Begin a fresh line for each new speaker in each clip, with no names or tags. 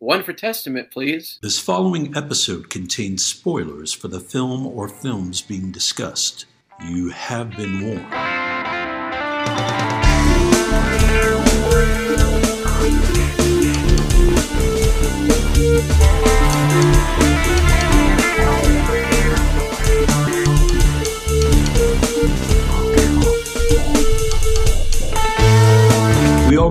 One for Testament, please.
This following episode contains spoilers for the film or films being discussed. You have been warned. We all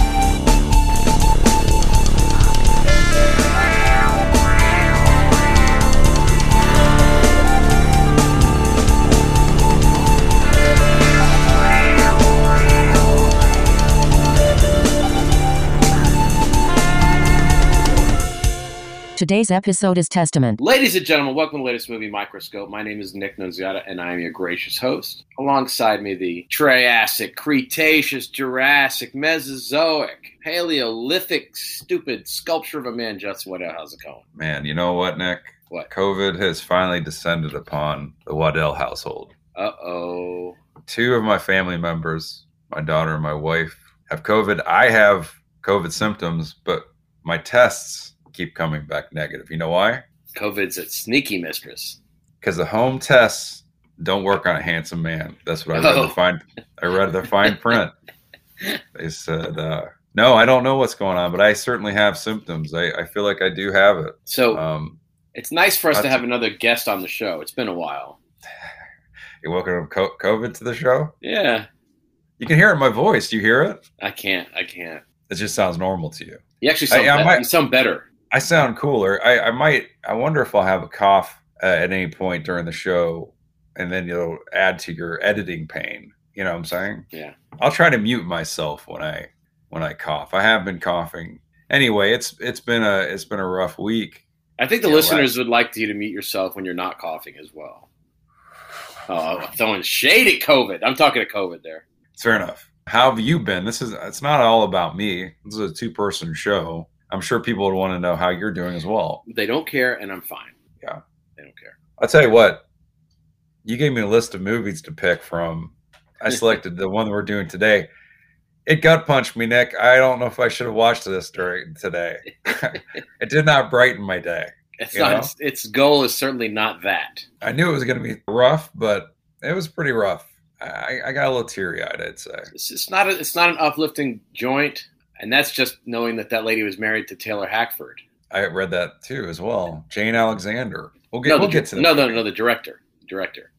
Today's episode is Testament.
Ladies and gentlemen, welcome to the latest movie Microscope. My name is Nick Nunziata, and I am your gracious host. Alongside me, the Triassic, Cretaceous, Jurassic, Mesozoic, Paleolithic, stupid sculpture of a man, just Waddell. How's it going?
Man, you know what, Nick?
What?
COVID has finally descended upon the Waddell household.
Uh oh.
Two of my family members, my daughter and my wife, have COVID. I have COVID symptoms, but my tests keep coming back negative. You know why?
COVID's a sneaky mistress.
Because the home tests don't work on a handsome man. That's what I read.
Oh.
The fine, I read the fine print. They said, uh, "No, I don't know what's going on, but I certainly have symptoms. I, I feel like I do have it."
So
Um,
it's nice for us to
that's-
have another guest on the show. It's been a while.
you welcome co- COVID to the show.
Yeah,
You can hear it in my voice. Do you hear it?
I can't. I can't.
It just sounds normal to you.
You actually
I-
sound,
I
bet-
might-
you sound better.
I sound cooler. I, I might. I wonder if I'll have a cough uh, at any point during the show, and then you'll add to your editing pain. You know what I'm saying?
Yeah.
I'll try to mute myself when I when I cough. I have been coughing. Anyway, it's it's been a it's been a rough week.
I think the
Yeah,
listeners would like you to meet yourself when you're not coughing as well. Oh, I'm throwing shade at COVID. I'm talking to COVID there.
It's fair enough. How have you been? This is it's not all about me. This is a two person show. I'm sure people would want to know how you're doing as well.
They don't care, and I'm fine.
Yeah.
they don't care.
I'll tell you what. You gave me a list of movies to pick from. I selected the one we're doing today. It gut punched me, Nick. I don't know if I should have watched this during today. it did not brighten my day.
It's
You
not.
know?
Its, its goal is certainly not that.
I knew it was going to be rough, but it was pretty rough. I, I got a little teary eyed, I'd say.
It's, it's not. A, it's not an uplifting joint, and that's just knowing that that lady was married to Taylor Hackford.
I read that too as well. Jane Alexander. We'll get,
no,
we'll
the,
get to that.
no, no, no. The director. Director.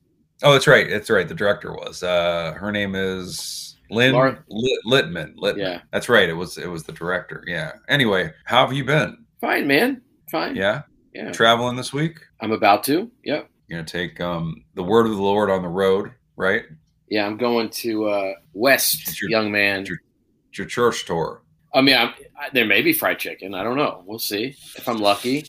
Oh, that's right. That's right. The director was. Uh, her name is Lynn
Laura-
Lit- Littman. Littman.
Yeah.
That's right. It was. It was the director. Yeah. Anyway, how have you been?
Fine, man. Fine.
Yeah.
Yeah.
Traveling this week.
I'm about to. Yep.
You're gonna take um the word of the Lord on the road, right?
Yeah. I'm going to uh, West,
It's your-
young man.
it's your- It's your church tour.
I mean, I'm, I, there may be fried chicken. I don't know. We'll see if I'm lucky.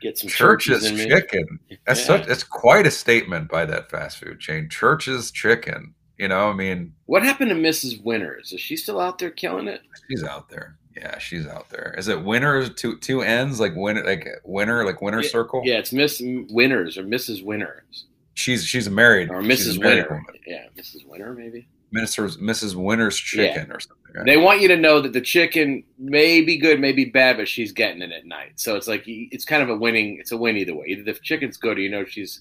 Get some
Church's
churches in me.
chicken. That's
Yeah.
such. That's quite a statement by that fast food chain. Church's chicken. You know, I mean,
What happened to Mrs. Winters? Is she still out there killing it?
she's out there. Yeah, she's out there. Is it winner two two ends like win like winner like winner circle?
Yeah, it's Miss Winters or Mrs. Winters
she's she's married
or
She's
Mrs.
a married
Winter.
woman.
Yeah, Mrs. Winter maybe.
Minister's Mrs. Winter's
Yeah.
chicken or something. right?
They want you to know that the chicken may be good, may be bad, but she's getting it at night. So it's like it's kind of a winning. It's a win either way. Either the chicken's good, or you know she's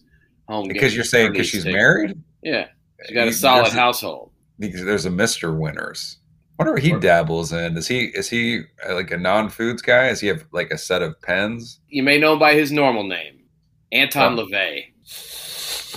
home
because
getting
you're saying
her
because
needs
she's
taken.
married.
Yeah, she got a
You-
solid
there's
household.
Because there's a Mister Winners. Wonder what he
What?
dabbles in. Is he is he uh, like a non-foods guy? Does he have like a set of pens?
You may know him by his normal name, Anton
Huh.
LaVey.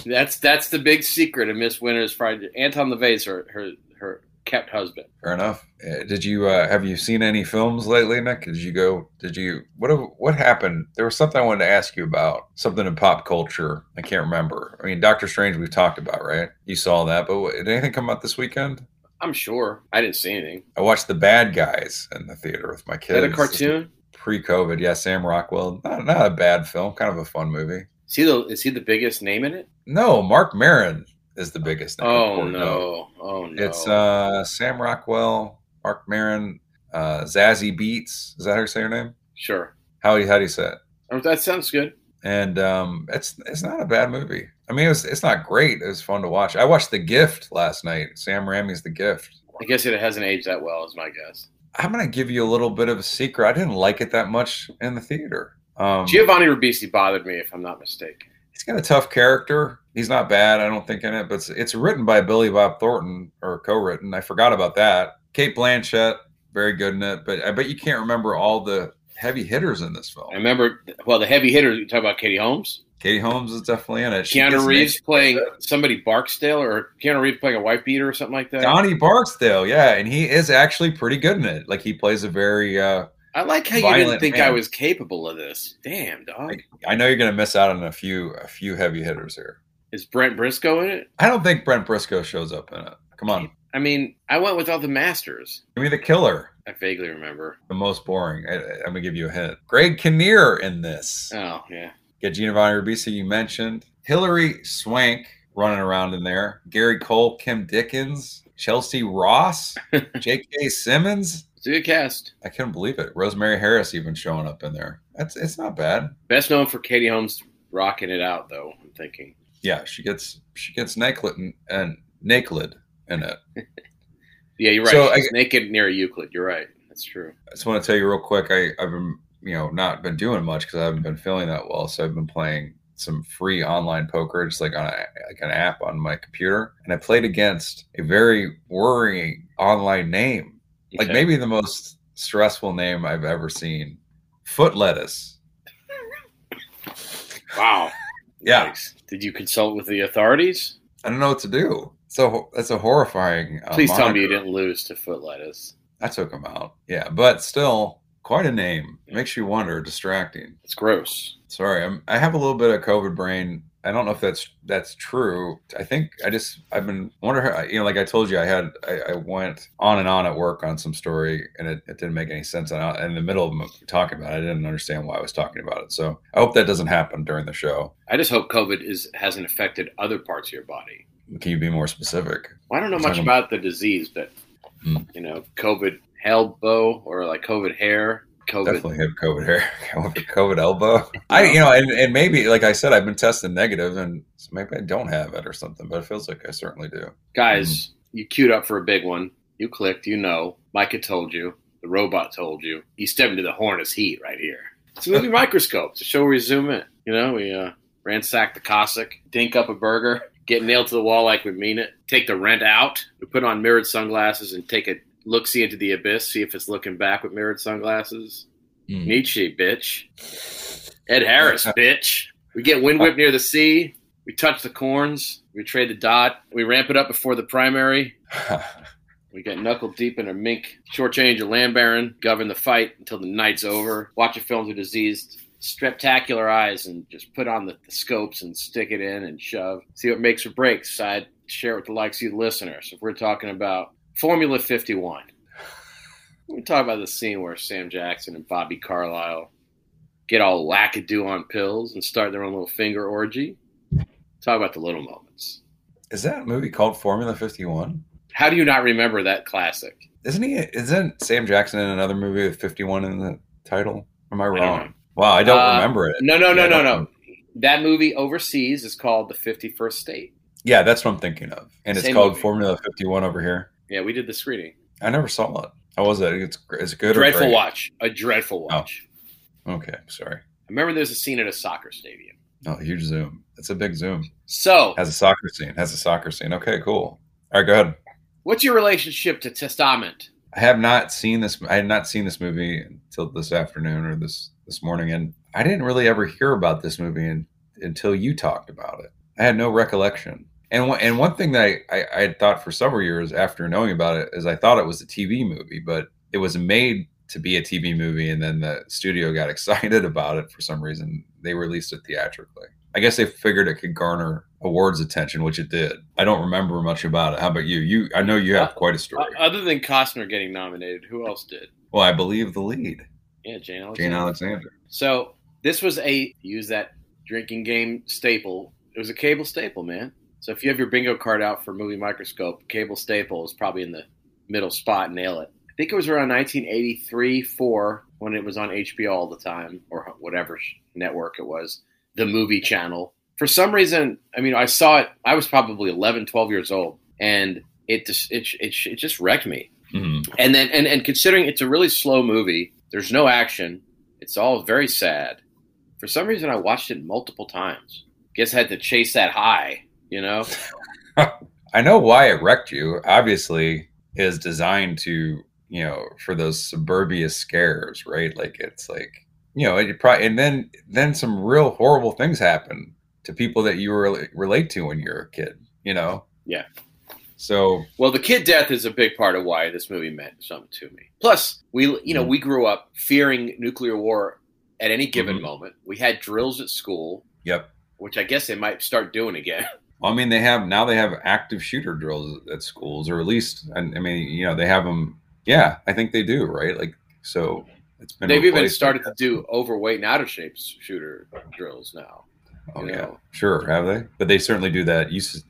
That's that's the big secret of Miss Winter's Friday. Anton LaVey's her her her kept husband.
Fair enough. Uh, Did you uh, have you seen any films lately, Nick? Did you go? Did you what have- what happened? There was something I wanted to ask you about. Something in pop culture. I can't remember. I mean, Doctor Strange we've talked about, right? You saw that, but what, did anything come out this weekend?
I'm sure. I didn't see anything.
I watched The Bad Guys in the theater with my
Is
kids.
that a cartoon?
pre-COVID. Yeah, Sam Rockwell. Not, not a bad film. Kind of a fun movie.
Is he the is he the biggest name in it?
No, Mark Marin is the biggest. name,
Oh
Portnoy.
no! Oh no!
It's uh, Sam Rockwell, Mark Marin, uh, Zazie Beats. Is that how you say her name?
sure.
How do you how do you say it?
Oh, That sounds good.
And um, it's it's not a bad movie. I mean, it was, it's not great. It was fun to watch. I watched The Gift last night. Sam Raimi's The Gift.
I guess it hasn't aged that well, is my guess.
I'm gonna give you a little bit of a secret. I didn't like it that much in the theater. Um,
Giovanni Ribisi bothered me, if I'm not mistaken.
he's got a tough character. He's not bad, I don't think, in it, but it's, it's written by Billy Bob Thornton or co-written. I forgot about that. Kate Blanchett, very good in it, but I bet you can't remember all the heavy hitters in this
I
film.
remember, well, the heavy hitter. You talk about Katie Holmes,
Katie Holmes is definitely in it. She gets
Keanu
an
Reeves playing somebody Barksdale, or Keanu Reeves playing a wife beater or something like that.
Donnie Barksdale, yeah, and he is actually pretty good in it. Like he plays a very. uh
I like how you didn't
Violent
think
man.
I was capable of this. Damn dog,
I know you're going to miss out on a few a few heavy hitters here.
is Brent Briscoe in it?
I don't think Brent Briscoe shows up in it. Come on,
I mean, I went with all the masters.
give me the killer,
I vaguely remember.
the most boring. I, I'm gonna give you a hint. Greg Kinnear in this.
Oh yeah,
Get Giovanni Ribisi, you mentioned. Hillary Swank running around in there. Gary Cole, Kim Dickens, Chelsea Ross, J.K. Simmons.
it's a good cast.
I couldn't believe it. Rosemary Harris even showing up in there. That's it's not bad.
Best known for Katie Holmes rocking it out, though. I'm thinking.
Yeah, she gets she gets naked and, and naked in it.
Yeah, you're right.
So,
She's naked near Euclid. You're right. That's true.
I just want to tell you real quick. I, I've been, you know, not been doing much because I haven't been feeling that well. So I've been playing some free online poker, just like on a, like an app on my computer. And I played against a very worrying online name, like
Okay.
maybe the most stressful name I've ever seen. Foot lettuce.
Wow.
Yeah,
Yikes. Did you consult with the authorities?
I don't know what to do. So that's a horrifying. Uh,
Please tell me you
moniker.
didn't lose to foot lettuce.
I took him out. Yeah, but still, quite a name. Makes you wonder. Distracting.
It's gross.
Sorry, I'm, I have a little bit of COVID brain. I don't know if that's that's true. I think I just I've been wondering. how- You know, like I told you, I had I, I went on and on at work on some story, and it, it didn't make any sense. And I, in the middle of m- talking about it, I didn't understand why I was talking about it. So I hope that doesn't happen during the show.
I just hope COVID is hasn't affected other parts of your body.
Can you be more specific?
Well, I don't know
It's
much
like-
about the disease, but
Hmm.
you know, COVID elbow or like COVID hair, COVID.
Definitely have COVID hair, COVID, COVID elbow. I, you know, and, and maybe like I said, I've been tested negative, and so maybe I don't have it or something. But it feels like I certainly do.
Guys,
Hmm.
you queued up for a big one. You clicked. You know, Micah told you. The robot told you. You stepped into the hornet's heat right here. It's a movie microscope. It's a show where you zoom in. You know, we uh, ransack the Cossack, dink up a burger, get nailed to the wall like we mean it, take the rent out, we put on mirrored sunglasses and take a look see into the abyss, see if it's looking back with mirrored sunglasses.
Mm.
Nietzsche, bitch. Ed Harris, bitch. We get wind whipped near the sea. We touch the corns. We trade the dot. We ramp it up before the primary. We get knuckle deep in a mink, shortchange a land baron, govern the fight until the night's over. Watch a film through diseased, spectacular eyes, and just put on the, the scopes and stick it in and shove. See what makes or breaks. Side share it with the likes of you listeners. If we're talking about Formula 51, we talk about the scene where Sam Jackson and Bobby Carlisle get all wackadoo on pills and start their own little finger orgy. Talk about the little moments.
Is that movie called Formula Fifty One?
How do you not remember that classic?
Isn't he? Isn't Sam Jackson in another movie with Fifty One in the title? Am I
don't
wrong?
know.
wow, I don't
Uh,
remember it.
No, no, no,
Yeah,
no,
I
no.
don't-
That movie overseas is called The 51st State.
Yeah, that's what I'm thinking of, and it's
Same
called
movie.
Formula Fifty One over here.
Yeah, we did the screening.
I never saw it. How was it? It's gr- is it good or
dreadful
great? Oh.
watch. A dreadful watch.
Okay, sorry.
I remember there's a scene at a soccer stadium.
Oh, huge zoom. It's a big zoom.
So,
Has a soccer scene. Has a soccer scene. Okay, cool. All right, go ahead.
what's your relationship to Testament?
I have not seen this. I had not seen this movie until this afternoon or this this morning, and I didn't really ever hear about this movie in, until you talked about it. I had no recollection. And one, and one thing that I, I, I had thought for several years after knowing about it is I thought it was a TV movie, but it was made to be a TV movie, and then the studio got excited about it for some reason. They released it theatrically. I guess they figured it could garner awards attention, which it did. I don't remember much about it. How about you? You, I know you have quite a
O-
story.
Other than Costner getting nominated, who else did?
Well, I believe the lead.
Yeah, Jane
Jane
Alexander.
Alexander.
So this was a use that drinking game staple. It was a cable staple, man. So if you have your bingo card out for movie microscope, cable staple is probably in the middle spot. Nail it. I think it was around 1983, four when it was on HBO all the time or whatever sh- network it was, the movie channel. For some reason, I mean, I saw it. I was probably 11, 12 years old, and it just it it, it just wrecked me
Mhm.
and then and, and considering it's a really slow movie there's no action it's all very sad for some reason i watched it multiple times guess i had to chase that high you know
I know why it wrecked you. Obviously, is designed to you know for those suburbia scares, right? Like it's like you know it probably and then then some real horrible things happen to people that you rel relate to when you're a kid. You know.
Yeah.
So
well the kid death is a big part of why this movie meant something to me plus we you know we
Mm-hmm.
grew up fearing nuclear war at any given
Mhm.
moment we had drills at school
yep.
which i guess they might start doing again
Well, I mean, they have now they have active shooter drills at schools, or at least, I, I mean, you know, they have them. Yeah, I think they do, right? Like, so it's been.
they've even
replaced-
started to do overweight and out of shape shooter drills now
Oh
you
yeah,
know.
sure, have they? But they certainly do that. Used to-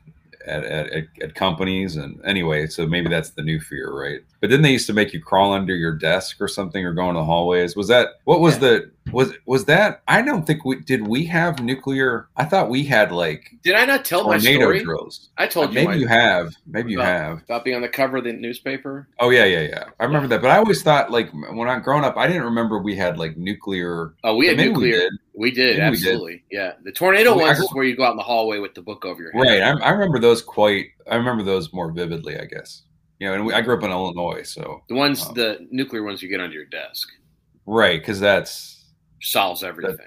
at, at, at, at companies and anyway, so maybe that's the new fear, right? But then they used to make you crawl under your desk or something, or go into the hallways. Was that what was
Yeah.
the was was that? I don't think we did. We have nuclear. I thought we had like
did i not tell Oh, my
tornado
story
drills.
i told you
Maybe
my-
you have. Maybe you
About-
have.
about being on the cover of the newspaper.
Oh yeah, yeah, yeah. I remember that. But I always thought like m- when I growing up, I didn't remember we had like nuclear.
Oh, we had
Maybe
nuclear.
We
We
did.
did,
Maybe we did.
absolutely. Yeah, the tornado
I mean, I
ones
go-
is where you go out in the hallway with the book over your head.
Right. I, I remember those quite. I remember those more vividly. I guess. You know, and we, I grew up in Illinois, so
The ones,
Oh.
the nuclear ones, you get under your desk
right because that's
solves everything.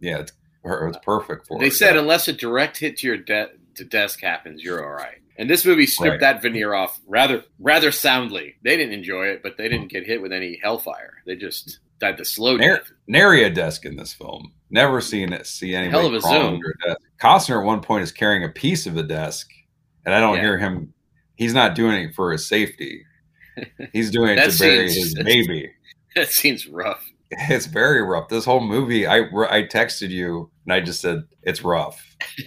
yeah, it's, per- it's perfect for.
they
it,
said
yeah.
unless a direct hit to your de- to desk happens, you're all right. And this movie stripped
Right.
that veneer off rather rather soundly. They didn't enjoy it, but they didn't get hit with any hellfire. They just died the slow
There-
death.
nary a desk in this film. Never seen it. See anybody
of a
crawl
zoom.
under a desk. Costner at one point is carrying a piece of the desk, and I don't
Yeah.
hear him. He's not doing it for his safety. He's doing it
That
to bury
seems-
his baby.
That seems rough.
It's very rough. This whole movie, I I texted you and I just said it's rough.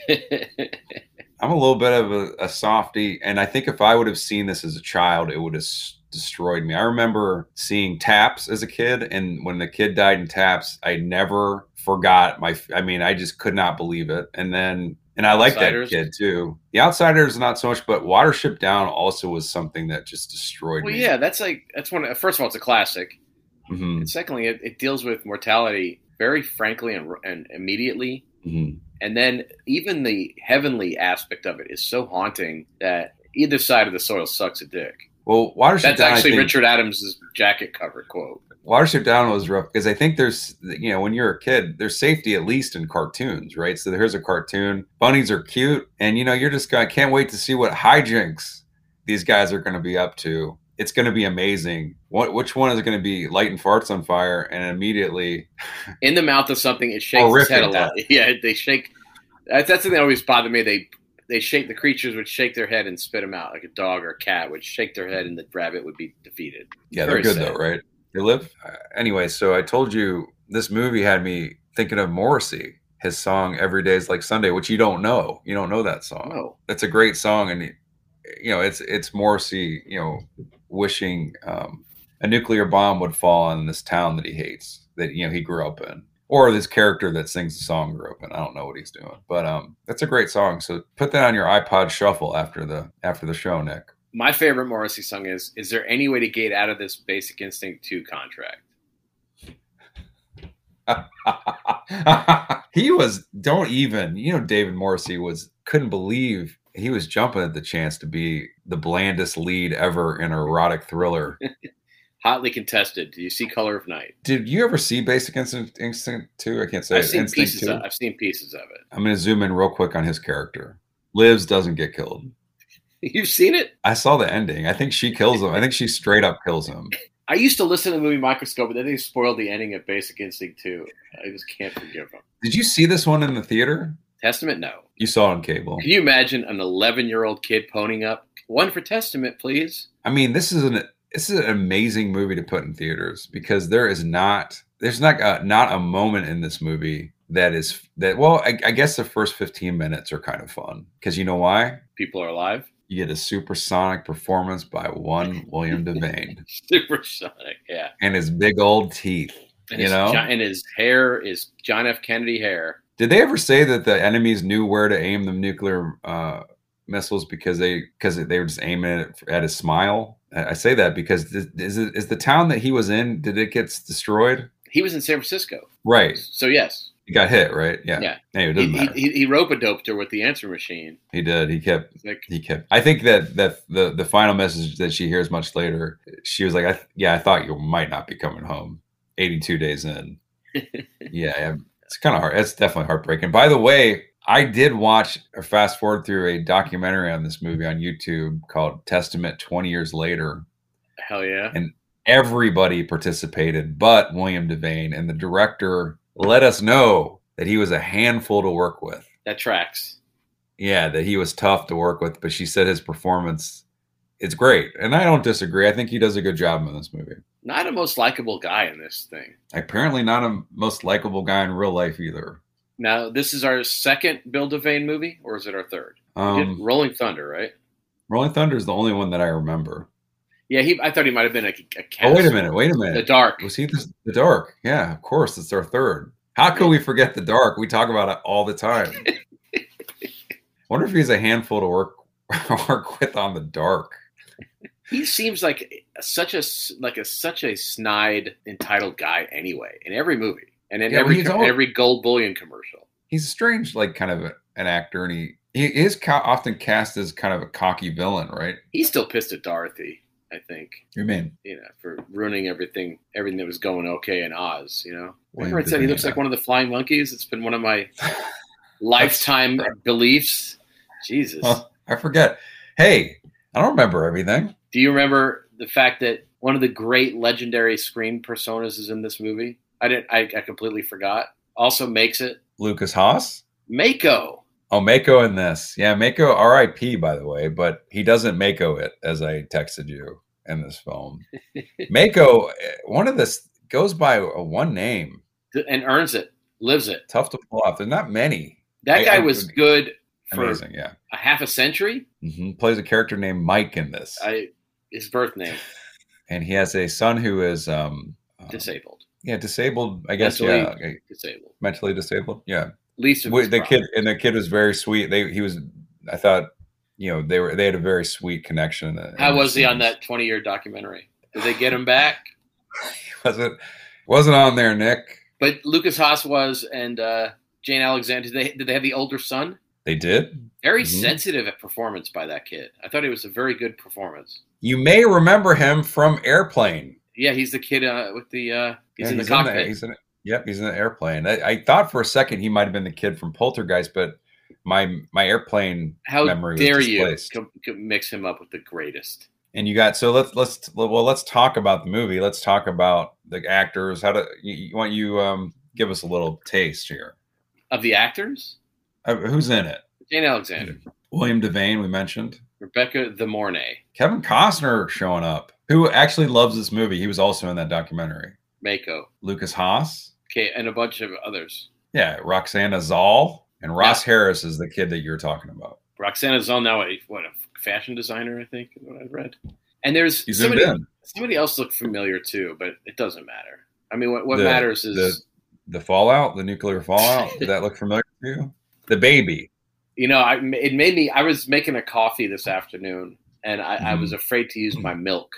I'm a little bit of a, a softy, and I think if I would have seen this as a child, it would have s- destroyed me. I remember seeing Taps as a kid, and when the kid died in Taps, I never forgot my. f- I mean, I just could not believe it. And then, and I like that
Outsiders?
kid too. The Outsiders, not so much, but Watership Down also was something that just destroyed
well,
me.
yeah, that's like that's one. First of all, it's a classic.
Mhm,
And secondly, it, it deals with mortality very frankly and, and immediately.
mhm.
And then even the heavenly aspect of it is so haunting that either side of the soil sucks a dick.
Well, Watership
That's
Down, I
actually
think-
Richard Adams' jacket cover quote.
Watership Down was rough because I think there's, you know, when you're a kid, there's safety at least in cartoons, right? So here's a cartoon. Bunnies are cute. And, you know, you're just going, I can't wait to see what hijinks these guys are going to be up to. It's going to be amazing. What, which one is going to be lighting farts on fire? And immediately,
In the mouth of something, it shakes its
Horrific
head a lot. Yeah, they shake. That's, that's something that always bothered me. They they shake the creatures would shake their head and spit them out like a dog or a cat would shake their head and the rabbit would be defeated.
yeah, they're
Very
good
sad.
though, right? They live. Uh, anyway, so I told you this movie had me thinking of Morrissey, his song Every Day is Like Sunday, which you don't know. You don't know that song.
Oh,
it's a great song and you know it's it's Morrissey you know wishing um, a nuclear bomb would fall on this town that he hates that you know he grew up in or this character that sings the song grew up in I don't know what he's doing but um that's a great song so put that on your iPod shuffle after the after the show Nick
my favorite Morrissey song is "Is there any way to get out of this Basic Instinct two contract?"
he was don't even you know David Morrissey was couldn't believe he was jumping at the chance to be the blandest lead ever in an erotic thriller
hotly contested. Do you see Color of Night?
Did you ever see Basic Instinct, Instinct 2? I can't say
I've seen
Instinct
pieces.
2.
Of, I've seen pieces of it.
I'm going to zoom in real quick on his character. Lives doesn't get killed.
You've seen it?
I saw the ending. I think she kills him. I think she straight up kills him.
I used to listen to the movie Microscope, but then they spoiled the ending of Basic Instinct 2. I just can't forgive them.
Did you see this one in the theater?
Testament, no.
You saw it on cable.
Can you imagine an 11 year old kid ponying up? One for Testament, please.
I mean, this is an this is an amazing movie to put in theaters because there is not there's not a, not a moment in this movie that is that well I, I guess the first 15 minutes are kind of fun because you know why
People are alive.
you get a supersonic performance by one william devane
Supersonic, yeah.
and his big old teeth
And
You
his,
know?
John- and his hair is John F. Kennedy hair.
Did they ever say that the enemies knew where to aim the nuclear uh, missiles because they because they were just aiming it at his smile? I I say that because th- is it, is the town that he was in? Did it get s- destroyed?
He was in San Francisco,
Right,
so yes,
he got hit. Right, yeah.
Yeah.
Anyway, it
he,
doesn't
he,
matter. He,
he, he rope a doped her with the answer machine.
did. He kept.
It's Like
He kept. I think that that the the final message that she hears much later, she was like, I th- "Yeah, I thought you might not be coming home." Eighty two days in. yeah, yeah, it's kind of hard. It's definitely heartbreaking. By the way, I did watch or fast forward through a documentary on this movie on YouTube called Testament 20 Years Later.
hell yeah,
Everybody participated but William Devane, and the director let us know that he was a handful to work with.
that tracks.
Yeah, that he was tough to work with, but she said his performance it's great. And I don't disagree. I think he does a good job in this movie.
Not a most likable guy in this thing.
Apparently not a most likable guy in real life either.
Now this is our second Bill Devane movie, or is it our third? We did
Um,
Rolling Thunder, right?
Rolling Thunder is the only one that I remember.
Yeah, he. I thought he might have been a, a cast.
Oh wait a minute! Wait a
The
minute!
Dark.
Was he the, the dark? Yeah, of course. It's our third. How could we forget the dark? We talk about it all the time. Wonder if he's a handful to work work with on the dark.
He seems like such a s- like a such a snide, entitled guy anyway in every movie and in
Yeah,
every
he's
com-
always-
every gold bullion commercial.
He's a strange, like kind of a- an actor, and he he is ca- often cast as kind of a cocky villain, right?
He's still pissed at Dorothy, I think.
You mean?
You know, for ruining everything, everything that was going okay in Oz. You know, remember
William
I said he looks
Devane,
like one of the flying monkeys. It's been one of my lifetime beliefs. Jesus.
Huh, I forget. Hey, I don't remember everything.
Do you remember the fact that one of the great legendary screen personas is in this movie? I didn't. I, I completely forgot. Also makes it
Lucas Haas.
Mako.
Oh, Mako in this. Yeah, Mako RIP, by the way, but he doesn't Mako it as I texted you in this film. Mako, eh, one of this goes by a one name.
th- and earns it, lives it.
Tough to pull off. There's not many.
That
I-
guy
I
was
would-
good for
Amazing, yeah.
a half a century.
hmm Plays a character named Mike in this,
I his birth name
and he has a son who is um, um,
disabled,
Yeah, disabled. I guess
Mentally-
yeah, okay,
disabled.
mentally disabled. Yeah,
Least of
Wait,
his
the kid
problems.
and the kid was very sweet. They he was. I thought, you know, they were they had a very sweet connection. in the- in
How
the
was he on
scenes.
that twenty-year documentary? Did they get him back?
wasn't wasn't on there, Nick.
But Lucas Haas was, and uh, Jane Alexander. Did they, did they have the older son?
They did.
Very
Mhm.
sensitive at performance by that kid. I thought it was a very good performance.
You may remember him from Airplane.
Yeah, he's the kid uh, with the uh, he's
Yeah,
in the cockpit.
he's in. Yep, he's in the airplane. I, I thought for a second he might have been the kid from Poltergeist, but my my airplane.
How
memory was
dare you
displaced.
com- com- mix him up with the greatest?
And you got so let's let's well let's talk about the movie. Let's talk about the actors. How to you, you want you um give us a little taste here.
Of the actors,
Uh, who's in it?
Jane Alexander,
Mm-hmm. William Devane we mentioned.
Rebecca De Mornay,
Kevin Costner showing up, who actually loves this movie. He was also in that documentary.
Mako,
Lucas Haas.
okay, and a bunch of others.
Yeah, Roxana Zoll and Ross Harris is the kid that you're talking about.
Roxana's on now a what a fashion designer, I think, is what I've read. And there's
He zoomed
somebody,
in
somebody else looked familiar too, but it doesn't matter. I mean, what, what
The-
matters is
the- the fallout, the nuclear fallout. Did that look familiar to you? The baby.
you know, I, it made me. I was making a coffee this afternoon, and I, I
Mhm.
was afraid to use my milk.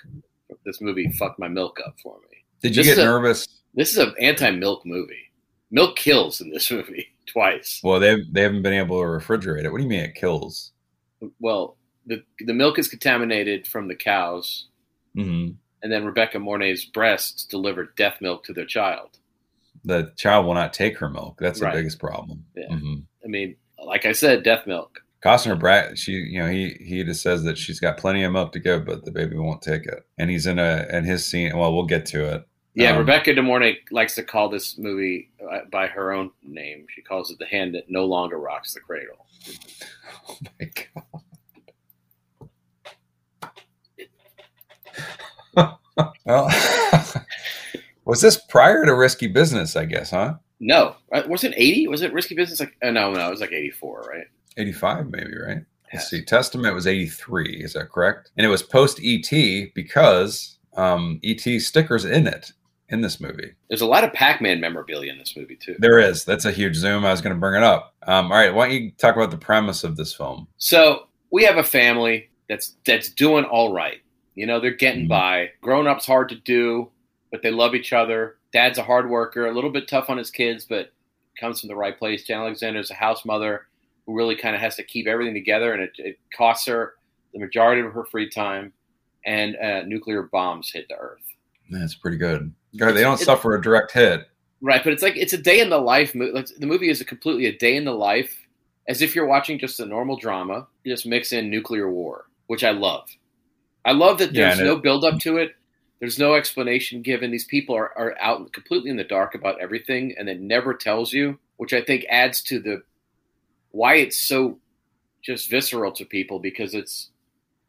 This movie fucked my milk up for me.
Did you
This
get
is a-
nervous?
This is an anti-milk movie. Milk kills in this movie twice.
Well, they they haven't been able to refrigerate it. What do you mean it kills?
Well, the the milk is contaminated from the cows,
hmm
and then Rebecca Mornay's breasts deliver death milk to their child.
The child will not take her milk. That's the
Right.
biggest problem.
Yeah.
Mhm.
I mean, like I said, death milk.
Costner Brad, she, you know, he he just says that she's got plenty of milk to give, but the baby won't take it. And he's in a and his scene. Well, we'll get to it.
Yeah,
Um,
Rebecca De Mornay likes to call this movie uh, by her own name. She calls it "The Hand That No Longer Rocks the Cradle."
Oh my god. well, Was this prior to Risky Business? I guess, huh?
No, Uh, was it eighty? Was it Risky Business? Like, uh, no, no, it was like eighty four, right?
Eighty-five, maybe, right? Let's
Yes.
see. Testament was eighty-three. Is that correct? And it was post ET because um, ET stickers in it in this movie.
There's a lot of Pac Man memorabilia in this movie too.
There is. That's a huge zoom. I was going to bring it up. Um, all right. Why don't you talk about the premise of this film?
So we have a family that's that's doing all right. You know, they're getting
Mhm.
by. Grown up's hard to do, but they love each other. Dad's a hard worker, a little bit tough on his kids, but comes from the right place. Jan Alexander's a house mother who really kind of has to keep everything together, and it, it costs her the majority of her free time. And uh, nuclear bombs hit the Earth.
That's pretty good. God, they don't
It's-
suffer a direct hit.
Right, but it's like it's a day in the life. mo- Like the movie is a completely a day in the life, as if you're watching just a normal drama. You just mix in nuclear war, which I love. I love that
Yeah,
there's
and it-
no build up to it. There's no explanation given. These people are, are out completely in the dark about everything, and it never tells you, which I think adds to the why it's so just visceral to people because it's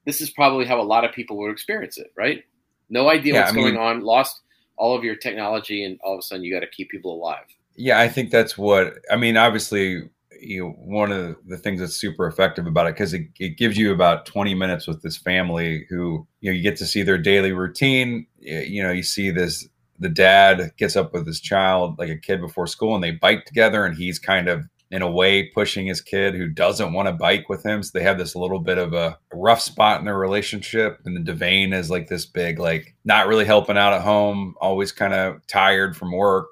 this is probably how a lot of people would experience it, right? No idea
Yeah,
what's
I mean-
going on, lost all of your technology, and all of a sudden you got to keep people alive.
Yeah, I think that's what I mean. Obviously, you know, one of the things that's super effective about it because it, it gives you about 20 minutes with this family who you know you get to see their daily routine. Y- You know, you see this the dad gets up with his child like a kid before school and they bike together, and he's kind of in a way pushing his kid who doesn't want to bike with him. So they have this little bit of a rough spot in their relationship. And then Devane is like this big, like not really helping out at home, always kind of tired from work.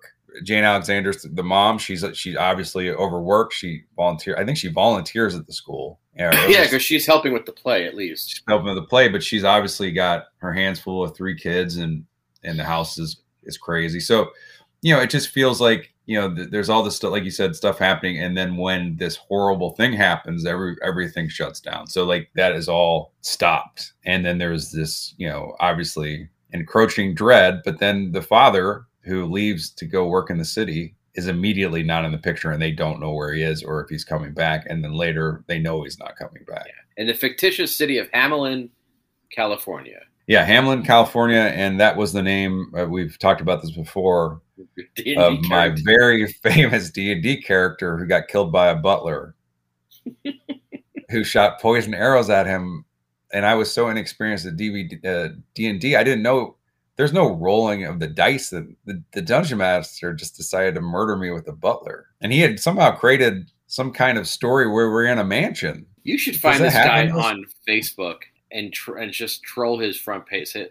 Jane Alexander's the mom. She's she's obviously overworked. She volunteer. I think she volunteers at the school. Yeah, or at
Yeah,
least
because she's helping with the play at least.
she's helping with the play, but she's obviously got her hands full with three kids, and and the house is is crazy. So, you know, it just feels like you know th- there's all this stuff, like you said, stuff happening, and then when this horrible thing happens, every everything shuts down. So like that is all stopped, and then there's this you know obviously encroaching dread, but then the father who leaves to go work in the city is immediately not in the picture and they don't know where he is or if he's coming back and then later they know he's not coming back
In the fictitious city of Hamelin, California.
yeah, Hamlin, California, and that was the name uh, we've talked about this before
D&D
of my
character.
very famous D and D character who got killed by a butler who shot poison arrows at him, and I was so inexperienced at DVD D and D, I didn't know there's no rolling of the dice that the, the dungeon master just decided to murder me with a butler, and he had somehow created some kind of story where we're in a mansion.
You should
Does
find
that
this guy
happen?
on Facebook and tr- and just troll his front page. Say,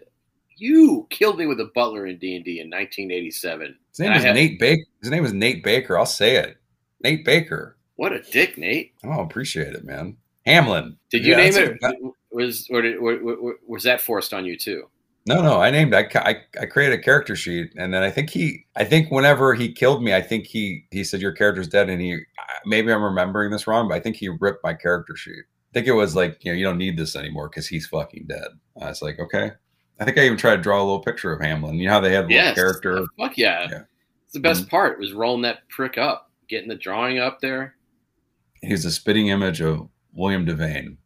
You killed me with a butler in D and D in 1987.
His name
And I
was
have-
Nate Baker. His name was Nate Baker. I'll say it, Nate Baker.
What a dick, Nate!
Oh, appreciate it, man. Hamlin.
Did you
Yeah,
name
that's-
it?
that-
Was or, did, or, or- or- was that forced on you too?
no, no. I named. I, ca- I I created a character sheet, and then I think he. I think whenever he killed me, I think he he said your character's dead, and he. I- Maybe I'm remembering this wrong, but I think he ripped my character sheet. I think it was like you know you don't need this anymore because he's fucking dead. I was like, okay. I think I even tried to draw a little picture of Hamlin. You know how they had the little
Yes. Oh,
character.
Fuck yeah!
Yeah. Mm-hmm.
It's the best part was rolling that prick up, getting the drawing up there.
He was a spitting image of William Devane.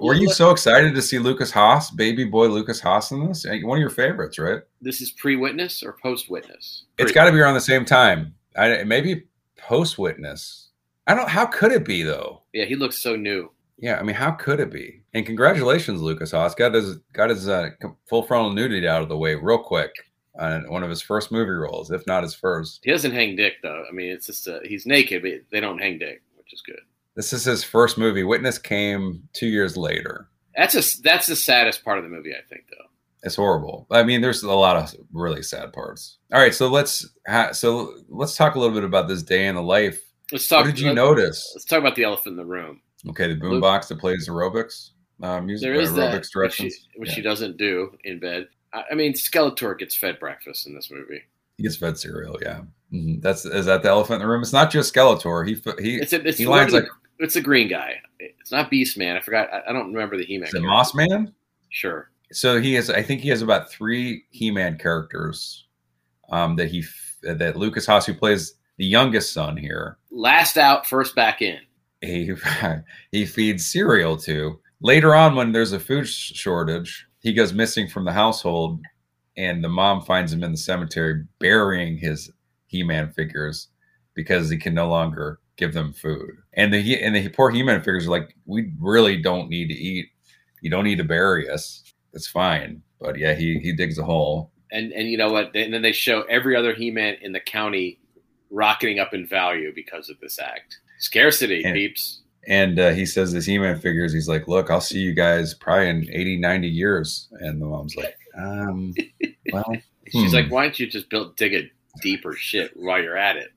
Were
Well,
you
look-
so excited to see Lucas Haas, baby boy Lucas Haas, in this? One of your favorites, right?
This is pre-witness or post-witness?
It's
Pre.
got to be around the same time. I maybe post witness. I don't. How could it be though?
Yeah, he looks so new.
Yeah, I mean, how could it be? And congratulations, Lucas Haas got his got his uh, com- full frontal nudity out of the way real quick on one of his first movie roles, if not his first.
He doesn't hang dick though. I mean, it's just uh, he's naked, but they don't hang dick, which is good.
This is his first movie. Witness came two years later.
That's a that's the saddest part of the movie, I think, though.
It's horrible. I mean, there's a lot of really sad parts. All right, so let's ha- so let's talk a little bit about this day in the life.
Let's talk.
What did you
let-
notice?
Let's talk about the elephant in the room.
Okay, the
Luke-
boombox that plays aerobics uh, music,
There
uh,
is that
aerobics
which she,
directions.
which
Yeah.
she doesn't do in bed. I, I mean, Skeletor gets fed breakfast in this movie.
He gets fed cereal. Yeah, Mhm. that's is that the elephant in the room? It's not just Skeletor. He f- he
It's a it's
he
one of
lines
the,
like
it's a green guy. It's not Beast Man. I forgot. I, I don't remember the He-Man.
is it
character.
Moss Man.
Sure.
So he has. I think he has about three He Man characters um, that he f- that Lucas Haas, who plays the youngest son here,
Last out, first back in.
he he feeds cereal to. Later on, when there's a food sh- shortage, he goes missing from the household, and the mom finds him in the cemetery burying his He-Man figures because he can no longer give them food. And the He- and the poor He-Man figures are like, we really don't need to eat. You don't need to bury us. It's fine. But yeah, he he digs a hole.
and and you know what? They, and then they show every other He-Man in the county rocketing up in value because of this act. Scarcity,
And-
peeps.
And uh, he says this He-Man figures. He's like, look, I'll see you guys probably in 80, 90 years. And the mom's like, um, well.
She's
hmm.
like, why don't you just build dig a deeper shit while you're at it?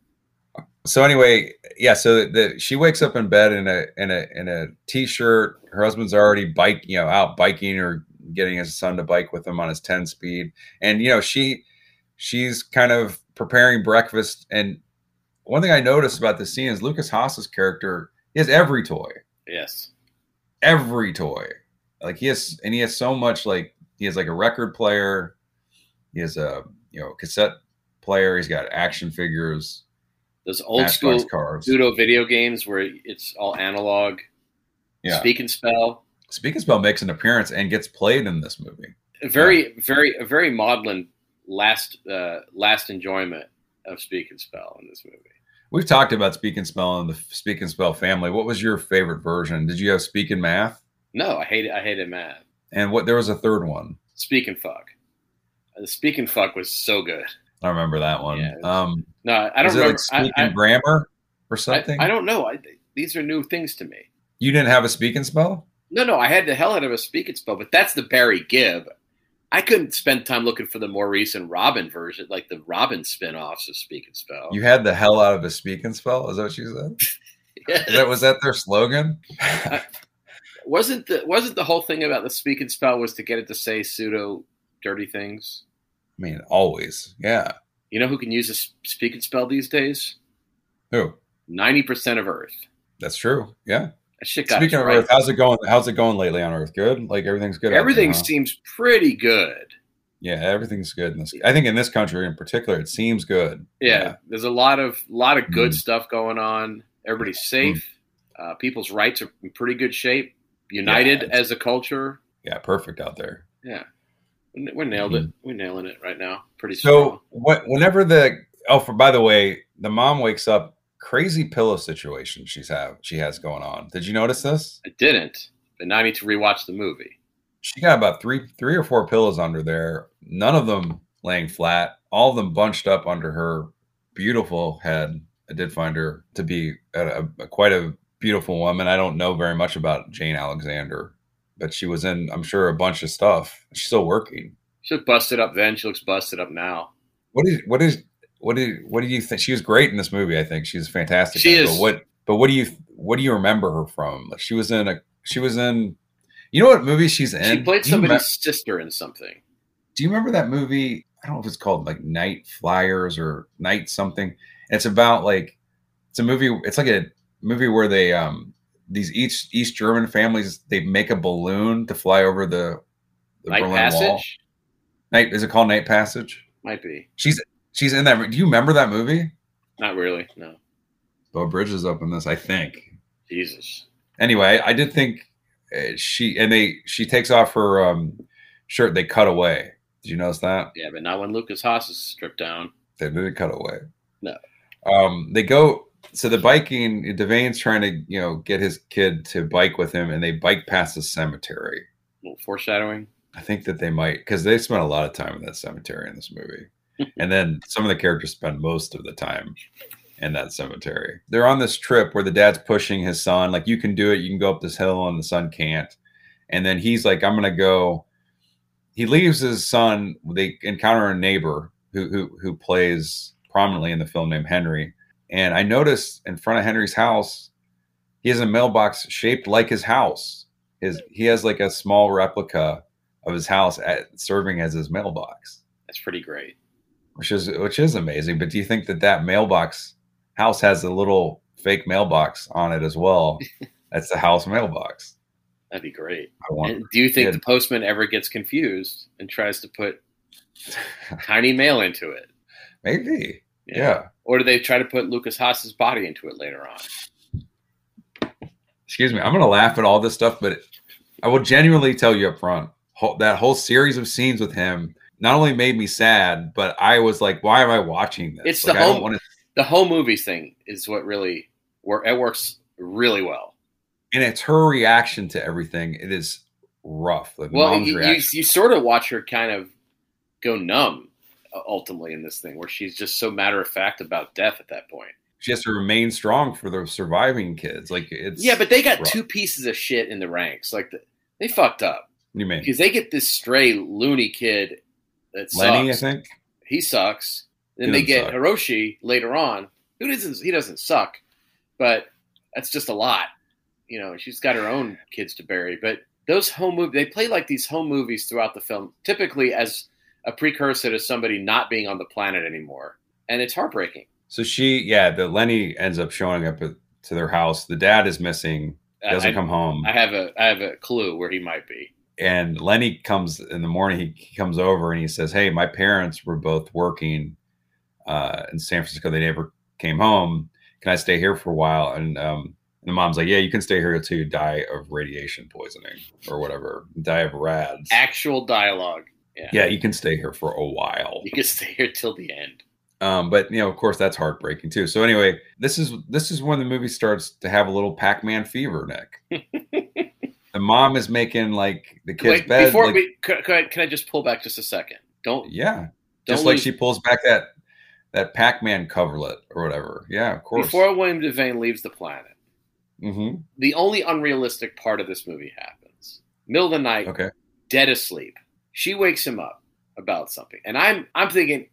so anyway, yeah. So the, she wakes up in bed in a in a in a t-shirt. Her husband's already bike, you know, out biking or getting his son to bike with him on his ten speed. And you know, she she's kind of preparing breakfast. And one thing I noticed about this scene is Lucas Haas's character he has every toy,
Yes.
every toy. Like he has, and he has so much. Like he has like a record player. He has a you know cassette player. He's got action figures,
Those old
Matchbox
school
cars.
pseudo video games where it's all analog.
Yeah.
Speak and spell.
Speak and Spell makes an appearance and gets played in this movie.
A very, very, a very maudlin last uh, last enjoyment of speak and spell in this movie.
We've talked about Speak and Spell and the Speak and Spell family. What was your favorite version? Did you have Speak and Math?
No, I hate it. I hated math.
And what there was a third one.
Speak and fuck. The speak and fuck was so good.
I remember that one.
Yeah.
Um
No, I don't
was it
remember.
like
I-
Speak
I-
and Grammar
I-
or something?
I, don't know. I, these are new things to me.
you didn't have a Speak and Spell?
No, no, I had the hell out of a speak and spell, but that's the Barry Gibb. I couldn't spend time looking for the more recent Robin version, like the Robin spin-offs of Speak and Spell.
You had the hell out of a Speak and Spell? Is that what you said? Is that was that their slogan?
wasn't the wasn't the whole thing about the Speak and Spell was to get it to say pseudo dirty things?
I mean, always. Yeah.
You know who can use a s- Speak and Spell these days?
Who?
Ninety percent of Earth.
That's true. Yeah.
That shit got
Speaking
us
of
right.
Earth, how's it going? How's it going lately on Earth? Good? Like everything's good. out there,
Everything
huh?
seems pretty good.
Yeah, everything's good in this. I think in this country in particular, it seems good.
yeah, there's a lot of lot of good
Mm.
stuff going on. Everybody's safe. Uh, people's rights are in pretty good shape. United as a culture,
Yeah, perfect out there.
N- we're nailed it. We're nailing it right now. Pretty strong.
Mm-hmm. So what? Whenever the oh, for, by the way, the mom wakes up. Crazy pillow situation she's have she has going on. Did you notice this?
I didn't, but now I need to rewatch the movie.
She got about three three or four pillows under there. None of them laying flat. All of them bunched up under her beautiful head. I did find her to be a, a- quite a beautiful woman. I don't know very much about Jane Alexander, but she was in I'm sure a bunch of stuff. She's still working.
She looked busted up then. She looks busted up now.
What is what is what do you- what do you think? She was great in this movie. I think she's fantastic.
She
in it, But
is.
what but what do you what do you remember her from? Like she was in a she was in. You know what movie she's in?
she played
do you, remem-
somebody's sister in something.
do you remember that movie? I don't know if it's called like Night Flyers or Night something. It's about like it's a movie. It's like a movie where they um these East East German families they make a balloon to fly over the the
Night
Berlin
Passage
Wall. Night is it called Night Passage?
might be
She's she's in that. Do you remember that movie?
not really. No,
Bo Bridges is up in this, I think.
Jesus.
Anyway, I did think uh, she and they she takes off her um, shirt. They cut away. Did you notice that
Yeah, but not when Lucas Haas is stripped down.
they didn't cut away?
No.
Um, they go so the biking. Devane's trying to you know get his kid to bike with him, and they bike past the cemetery.
little foreshadowing.
I think that they might because they spent a lot of time in that cemetery in this movie, and then some of the characters spend most of the time in that cemetery. They're on this trip where the dad's pushing his son, like you can do it, you can go up this hill, and the son can't. And then he's like, "I'm gonna go." He leaves his son. They encounter a neighbor who who who plays prominently in the film named Henry. And I noticed in front of Henry's house, he has a mailbox shaped like his house. His he has like a small replica of his house at, serving as his mailbox,
That's pretty great.
which is which is amazing. But do you think that that mailbox house has a little fake mailbox on it as well? That's the house mailbox.
That'd be great.
I want.
And do you think
Yeah.
the postman ever gets confused and tries to put tiny mail into it?
Maybe. Yeah.
Or do they try to put Lucas Haas's body into it later on?
Excuse me. I'm gonna laugh at all this stuff, but I will genuinely tell you up front. Whole, that whole series of scenes with him not only made me sad, but I was like, why am I watching this?
It's
like,
the
I
whole-
want to,
The whole movies thing is what really work. It works really well.
and it's her reaction to everything. It is rough. Like
Well,
mom's
you, you,
reaction.
you sort of watch her kind of go numb uh, ultimately in this thing, where she's just so matter of fact about death at that point.
she has to remain strong for the surviving kids. Like it's
Yeah, but they got
rough.
two pieces of shit in the ranks. Like the, they fucked up
you mean
because they get this stray loony kid that sucks.
Lenny, I think.
He sucks. Then
He
they
doesn't
get
suck.
Hiroshi later on, who doesn't he doesn't suck, but that's just a lot. You know, she's got her own kids to bury. But those home movies, they play like these home movies throughout the film, typically as a precursor to somebody not being on the planet anymore, and it's heartbreaking.
So she, yeah, the Lenny ends up showing up at, to their house. The dad is missing,
I-
doesn't
I,
come home,
I have a I have a clue where he might be.
and Lenny comes in the morning. He, he comes over and he says, "Hey, my parents were both working uh, in San Francisco. They never came home. Can I stay here for a while?" And um, and the mom's like, "Yeah, you can stay here until you die of radiation poisoning or whatever, die of rads.
Actual dialogue. Yeah.
Yeah, you can stay here for a while."
You can stay here till the end.
Um, but you know, of course, that's heartbreaking too. So anyway, this is this is when the movie starts to have a little Pac-Man fever, Nick. the mom is making like the kid's
Wait,
bed.
before
like-
we could, could I, can I just pull back just a second? Don't
yeah,
don't
just like
lose-
she pulls back that that Pac-Man coverlet or whatever. Yeah, of course.
before William Devane leaves the planet.
hmm
The only unrealistic part of this movie happens. Middle of the night,
Okay.
dead asleep. She wakes him up about something, and I'm I'm thinking,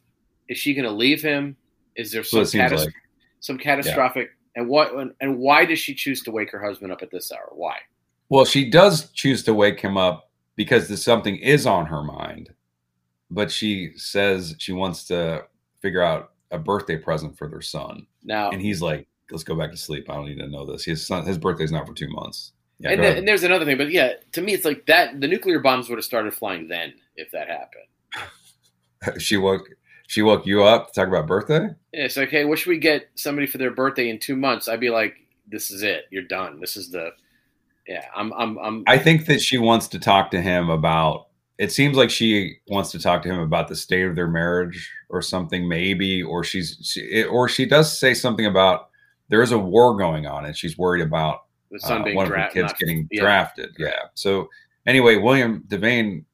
is she going to leave him? Is there some
So it seems
catas-
like
some catastrophic? And what and, and why does she choose to wake her husband up at this hour? Why?
well, she does choose to wake him up because there's something is on her mind, but she says she wants to figure out a birthday present for their son.
Now
and he's like, "Let's go back to sleep. I don't need to know this." His son, his birthday's not for two months. Yeah,
and,
go
the-
ahead.
and there's another thing, but yeah, to me, it's like that. The nuclear bombs would have started flying then if that happened.
she woke she woke you up to talk about birthday.
And it's like, hey, what should we get somebody for their birthday in two months? I'd be like, this is it. You're done. This is the, yeah. I'm, I'm, I'm.
I think that she wants to talk to him about. It seems like she wants to talk to him about the state of their marriage or something, maybe, or she's she, it- or she does say something about there is a war going on and she's worried about
the
uh,
son being
one of her
dra-
kids
not-
getting
yeah.
drafted. Yeah. So anyway, William Devane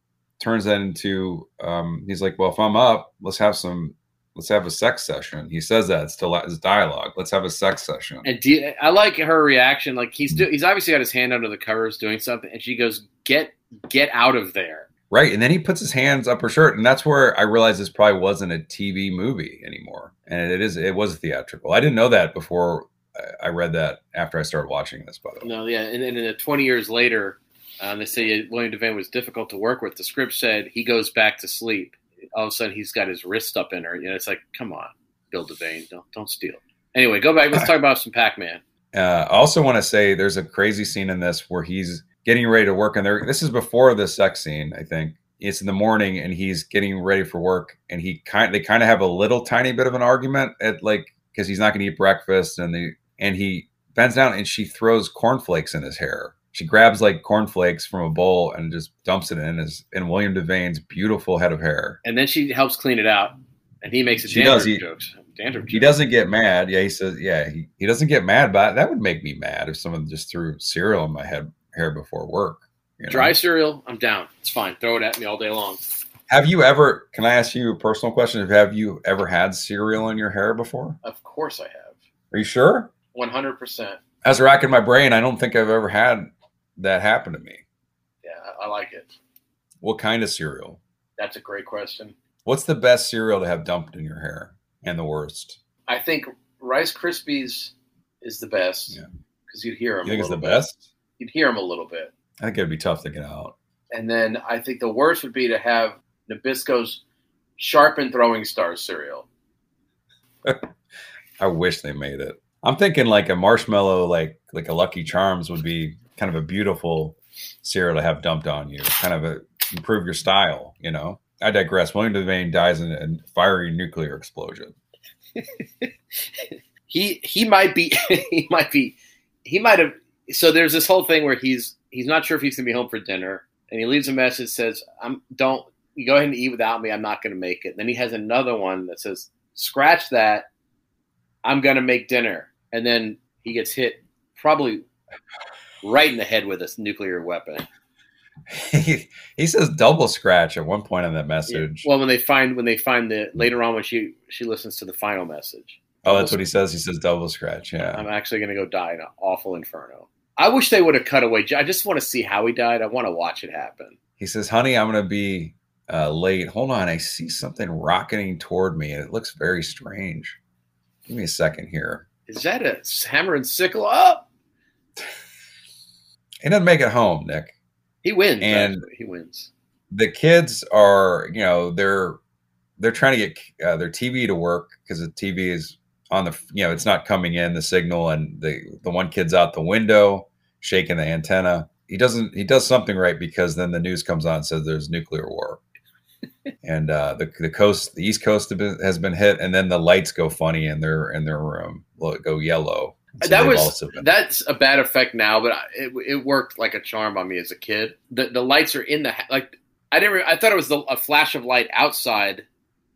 turns that into um, he's like, well, if I'm up, let's have some, let's have a sex session. He says that it's still his dialogue. Let's have a sex session.
And do you- I like her reaction. Like he's
Mm-hmm.
do- he's obviously got his hand under the covers doing something, and she goes, "Get get out of there."
right. And then he puts his hands up her shirt, and that's where I realized this probably wasn't a TV movie anymore, and it is it was theatrical. I didn't know that before. I- I read that after I started watching this, by the way.
No, yeah. And, and then uh, twenty years later, um, they say William Devane was difficult to work with. The script said he goes back to sleep. All of a sudden, he's got his wrist up in her. You know, it's like, come on, Bill Devane, don't don't steal. Anyway, go back. Let's talk about some Pac-Man.
Uh, I also want to say there's a crazy scene in this where he's getting ready to work, and there. This is before the sex scene, I think. It's in the morning, and he's getting ready for work, and he kind they kind of have a little tiny bit of an argument at like because he's not going to eat breakfast, and the and he bends down and she throws cornflakes in his hair. She grabs like cornflakes from a bowl and just dumps it in his in William Devane's beautiful head of hair.
and then she helps clean it out, and he makes a
She
dandruff
does, he-
jokes. Dandruff
He
jokes.
doesn't get mad. Yeah, he says, yeah, he, he doesn't get mad, but that would make me mad if someone just threw cereal in my head hair before work. you know?
Dry cereal, I'm down. It's fine. Throw it at me all day long.
Have you ever? Can I ask you a personal question? Have you ever had cereal in your hair before?
Of course I have.
Are you sure?
One hundred percent.
That's racking my brain. I don't think I've ever had that happen to me.
Yeah, I, I like it.
What kind of cereal?
That's a great question.
What's the best cereal to have dumped in your hair, and the worst?
I think Rice Krispies is the best
Yeah.
because you'd hear them.
You think
a
it's the
little bit.
best?
You'd hear them a little bit,
I think it'd be tough to get out.
and then I think the worst would be to have Nabisco's sharpened throwing star cereal.
I wish they made it. I'm thinking like a marshmallow, like like a Lucky Charms would be kind of a beautiful cereal to have dumped on you. Kind of a, improve your style, you know. I digress. William Devane dies in a fiery nuclear explosion.
he he might be he might be he might have so there's this whole thing where he's he's not sure if he's gonna be home for dinner and he leaves a message says i'm don't you go ahead and eat without me. I'm not going to make it. Then he has another one that says, scratch that. I'm going to make dinner. And then he gets hit probably right in the head with a nuclear weapon.
he, he says double scratch at one point on that message.
Well, when they find, when they find the later on, when she, she listens to the final message,
oh, that's what he says. He says double scratch. Yeah.
I'm actually going to go die in an awful inferno. I wish they would have cut away. I just want to see how he died. I want to watch it happen.
He says, honey, I'm going to be uh, late. Hold on. I see something rocketing toward me and it looks very strange. Give me a second here.
Is that a hammer and sickle Oh! up?
He doesn't make it home, Nick.
He wins.
And-
actually. he wins.
The kids are, you know, they're they're trying to get uh, their TV to work because the TV is on the, you know, it's not coming in the signal, and the the one kid's out the window shaking the antenna. He doesn't. He does something right because then the news comes on and says there's nuclear war, and uh, the the coast, the east coast have been- has been hit, and then the lights go funny in their in their room, Well, go yellow. So
that
they've
was
also been-
that's a bad effect now, but I- it, it worked like a charm on me as a kid. The the lights are in the ha- like I didn't re- I thought it was the, a flash of light outside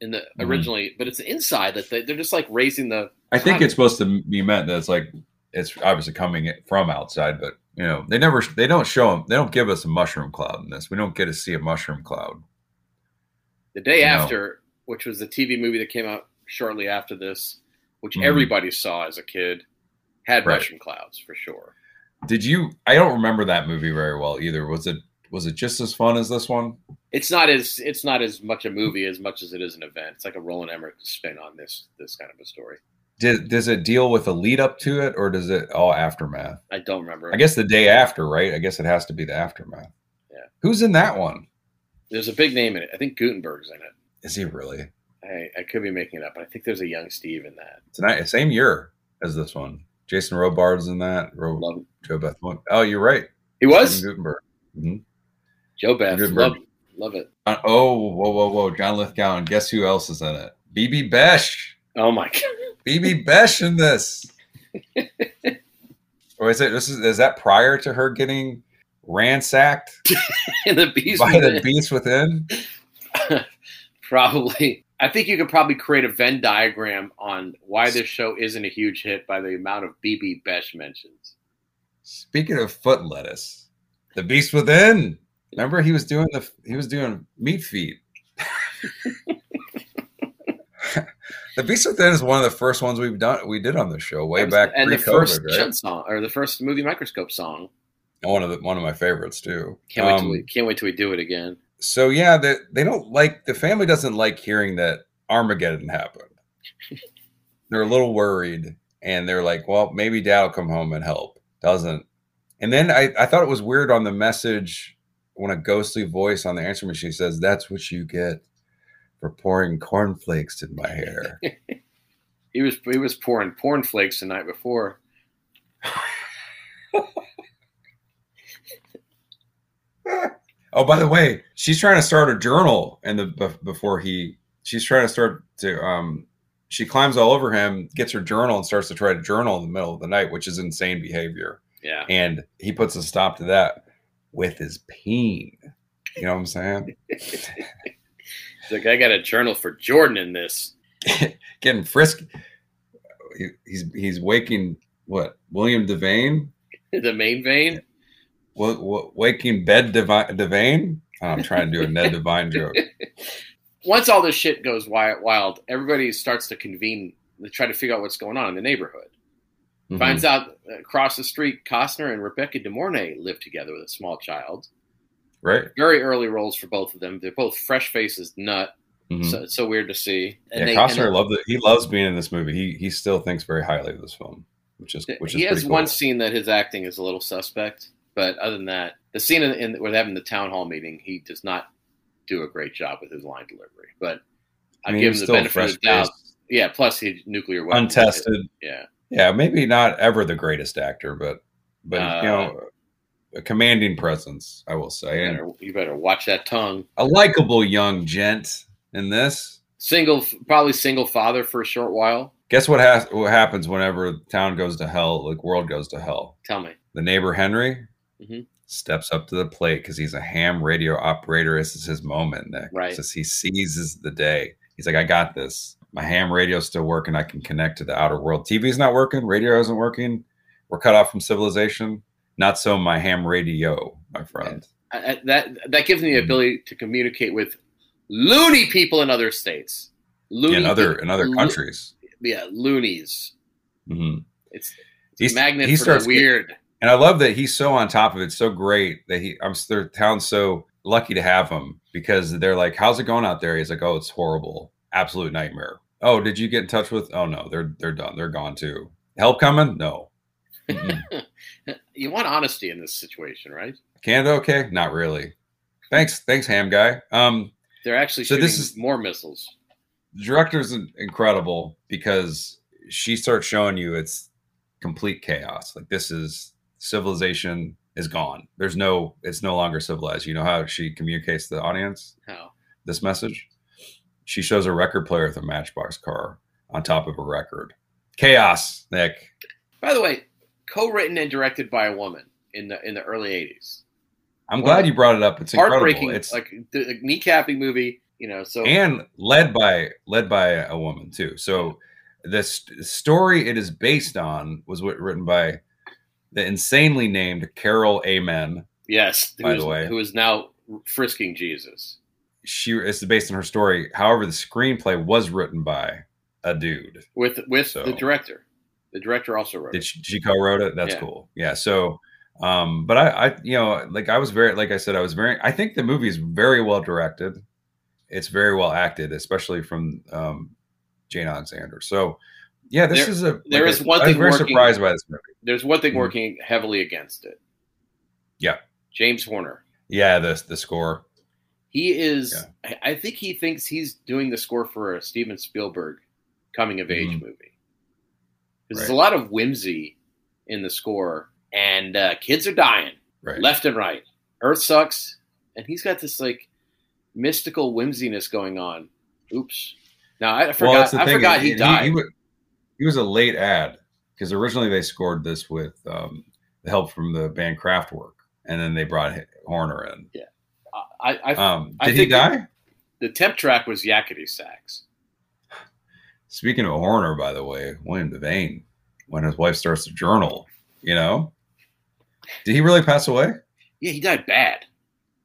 in the
Mhm.
originally, but it's inside that they, they're just like raising the
I think
Huh.
it's supposed to be meant that it's like it's obviously coming in- from outside, but you know they never they don't show them they don't give us a mushroom cloud in this. We don't get to see a mushroom cloud.
the day
No.
after, which was the TV movie that came out shortly after this, which
Mhm.
everybody saw as a kid, had
Right.
mushroom clouds for sure.
Did you? I don't remember that movie very well either. Was it was it just as fun as this one?
It's not as it's not as much a movie as much as it is an event. It's like a Roland Emmerich spin on this this kind of a story.
Did, does it deal with a lead up to it, or does it all aftermath?
I don't remember.
I guess the day after, right? I guess it has to be the aftermath.
Yeah.
Who's in that one?
there's a big name in it. I think Gutenberg's in it.
Is he really?
I, I could be making it up, but I think there's a young Steve in that.
Tonight, same year as this one. Jason Robards in that. Ro-
Love
Joe Beth. Oh, you're right.
he was
Gutenberg.
Joe Beth.
Gutenberg.
Love, love it.
Uh, oh, whoa, whoa, whoa. John Lithgow. And guess who else is in it? BB Besh.
Oh my god,
BB Besh in this. or is it this is is that prior to her getting ransacked
the beast.
by the beast within?
probably. I think you could probably create a Venn diagram on why this show isn't a huge hit by the amount of BB Besh mentions.
Speaking of foot lettuce, the beast within. Remember he was doing the he was doing meat feet. the beast within is one of the first ones we've done we did on the show way
That was-
back
and the
pre-COVID,
first
right?
Chud song or the first movie microscope song.
one of the one of my favorites too.
Can't wait till
Um,
we can't wait till we do it again.
so yeah, they, they don't like the family doesn't like hearing that Armageddon happened. they're a little worried, and they're like, "Well, maybe Dad will come home and help." Doesn't, and then I I thought it was weird on the message when a ghostly voice on the answering machine says, "That's what you get for pouring cornflakes in my hair."
He was he was pouring porn flakes the night before.
oh, by the way, she's trying to start a journal, and the bef- before he she's trying to start to um she climbs all over him, gets her journal, and starts to try to journal in the middle of the night, which is insane behavior.
Yeah,
And he puts a stop to that with his peen. You know what I'm saying?
he's like I got a journal for Jordan in this.
Getting frisky. He, he's he's waking what William Devane?
the main vein.
Wa- wa- waking bed Devi- Devane? Oh, I'm trying to do a Ned Devine joke.
once all this shit goes wild, wild, everybody starts to convene to try to figure out what's going on in the neighborhood.
Mhm.
Finds out uh, across the street, Costner and Rebecca De Mornay live together with a small child.
Right?
Very early roles for both of them. They're both fresh faces, nut.
Mhm.
So it's so weird to see.
yeah,
they-
Costner
and
loved it. He loves being in this movie. He he still thinks very highly of this film, which is
it-
which is
he has
pretty
one
cool.
scene that his acting is a little suspect, but other than that, the scene in, in where they're having the town hall meeting, he does not do a great job with his line delivery. But I,
mean,
give him
he's
the
still
benefit of the doubt.
fresh-faced,
Yeah. Plus, he nuclear weapon.
untested.
Yeah.
Yeah, maybe not ever the greatest actor, but but
Uh,
you know, a commanding presence, I will say,
You
and
better, you better watch that tongue.
a likable young gent in this.
Single, probably single father for a short while.
Guess what has what happens whenever town goes to hell, like world goes to hell.
Tell me.
The neighbor Henry,
Mhm.
steps up to the plate because he's a ham radio operator. This is his moment, Nick.
Right.
Says he seizes the day. He's like, I got this. My ham radio's still working. I can connect to the outer world. TV's not working. Radio isn't working. We're cut off from civilization. Not so my ham radio, my friend.
I, I- that that gives me the ability to communicate with loony people in other states, loony
in other in other
lo-
countries.
yeah, loonies.
hmm
It's, it's
He's-
a magnet
he
for
starts
the
getting-
weird.
And I love that he's so on top of it, so great that he. I'm s- their town's so lucky to have him because they're like, "How's it going out there?" He's like, "Oh, it's horrible, absolute nightmare." Oh, did you get in touch with? Oh no, they're they're done, they're gone too. Help coming? No. Mm-mm.
you want honesty in this situation, right?
Canada okay? Not really. Thanks, thanks, ham guy. Um,
They're actually
So
shooting
this is-
more missiles.
the director's in- incredible because she starts showing you it's complete chaos. Like this is civilization is gone. There's no, it's no longer civilized. You know how she communicates to the audience
How?
this message? She shows a record player with a Matchbox car on top of a record. Chaos, Nick.
By the way, co-written and directed by a woman in the in the early '80s.
I'm glad you brought it up. It's incredible.
Heartbreaking,
It's
like the the kneecapping movie. You know, so
and led by led by a woman too. So the st- story it is based on was what, written by the insanely named Carol Amen.
yes,
By
who's-
the way.
who is now frisking Jesus?
She it's based on her story. However, the screenplay was written by a dude.
with with
So-
the director. The director also wrote.
Did
It.
she, she co-wrote it? That's
Yeah.
cool. Yeah. So, um, but I, I, you know, like I was very, like I said, I was very. I think the movie is very well directed. It's very well acted, especially from um, Jane Alexander. So, yeah, this
There-
is a.
there
like,
is
I-
one
I was
thing
very
working-
surprised by this movie.
There's one thing
Mhm.
working heavily against it.
Yeah.
James Horner.
Yeah, the the score.
He is. I I think he thinks he's doing the score for a Steven Spielberg coming of age
Mhm.
movie. 'Cause There's a
Right.
lot of whimsy in the score, and uh, kids are dying
Right.
left and right. Earth sucks, and he's got this like mystical whimsiness going on. Oops. Now I forgot. I forgot he
and
died.
He, wa- he was a late ad because originally they scored this with um, the help from the band Kraftwerk, and then they brought H- Horner in.
I, I,
Um,
I
did he
think-
die?
the temp track was Yakety Sax.
Speaking of Horner, by the way, William Devane, when his wife starts a journal, you know, did he really pass away?
Yeah, he died bad,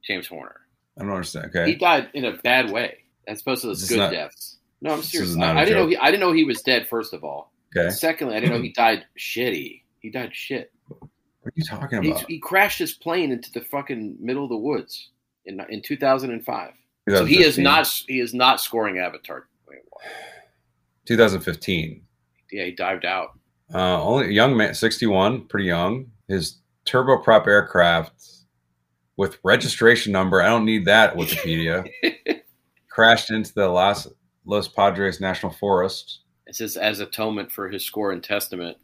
James Horner.
I don't understand.
He
Okay,
died in a bad way, as opposed to
This
those
is
good
not-
deaths. No, I'm
this
serious.
is not
I,
a
I didn't know
joke.
he. I didn't know he was dead. First of all,
okay. Hmm.
secondly, I didn't know he died shitty. He died shit.
What are you talking
He,
about?
he crashed his plane into the fucking middle of the woods in in 2005. So he is
2015.
not. He is not scoring Avatar.
2015.
Yeah, he dived out.
Uh, only a young man, 61, pretty young. His turboprop aircraft with registration number. I don't need that Wikipedia. crashed into the Los Los Padres National Forest.
It says as atonement for his score in Testament.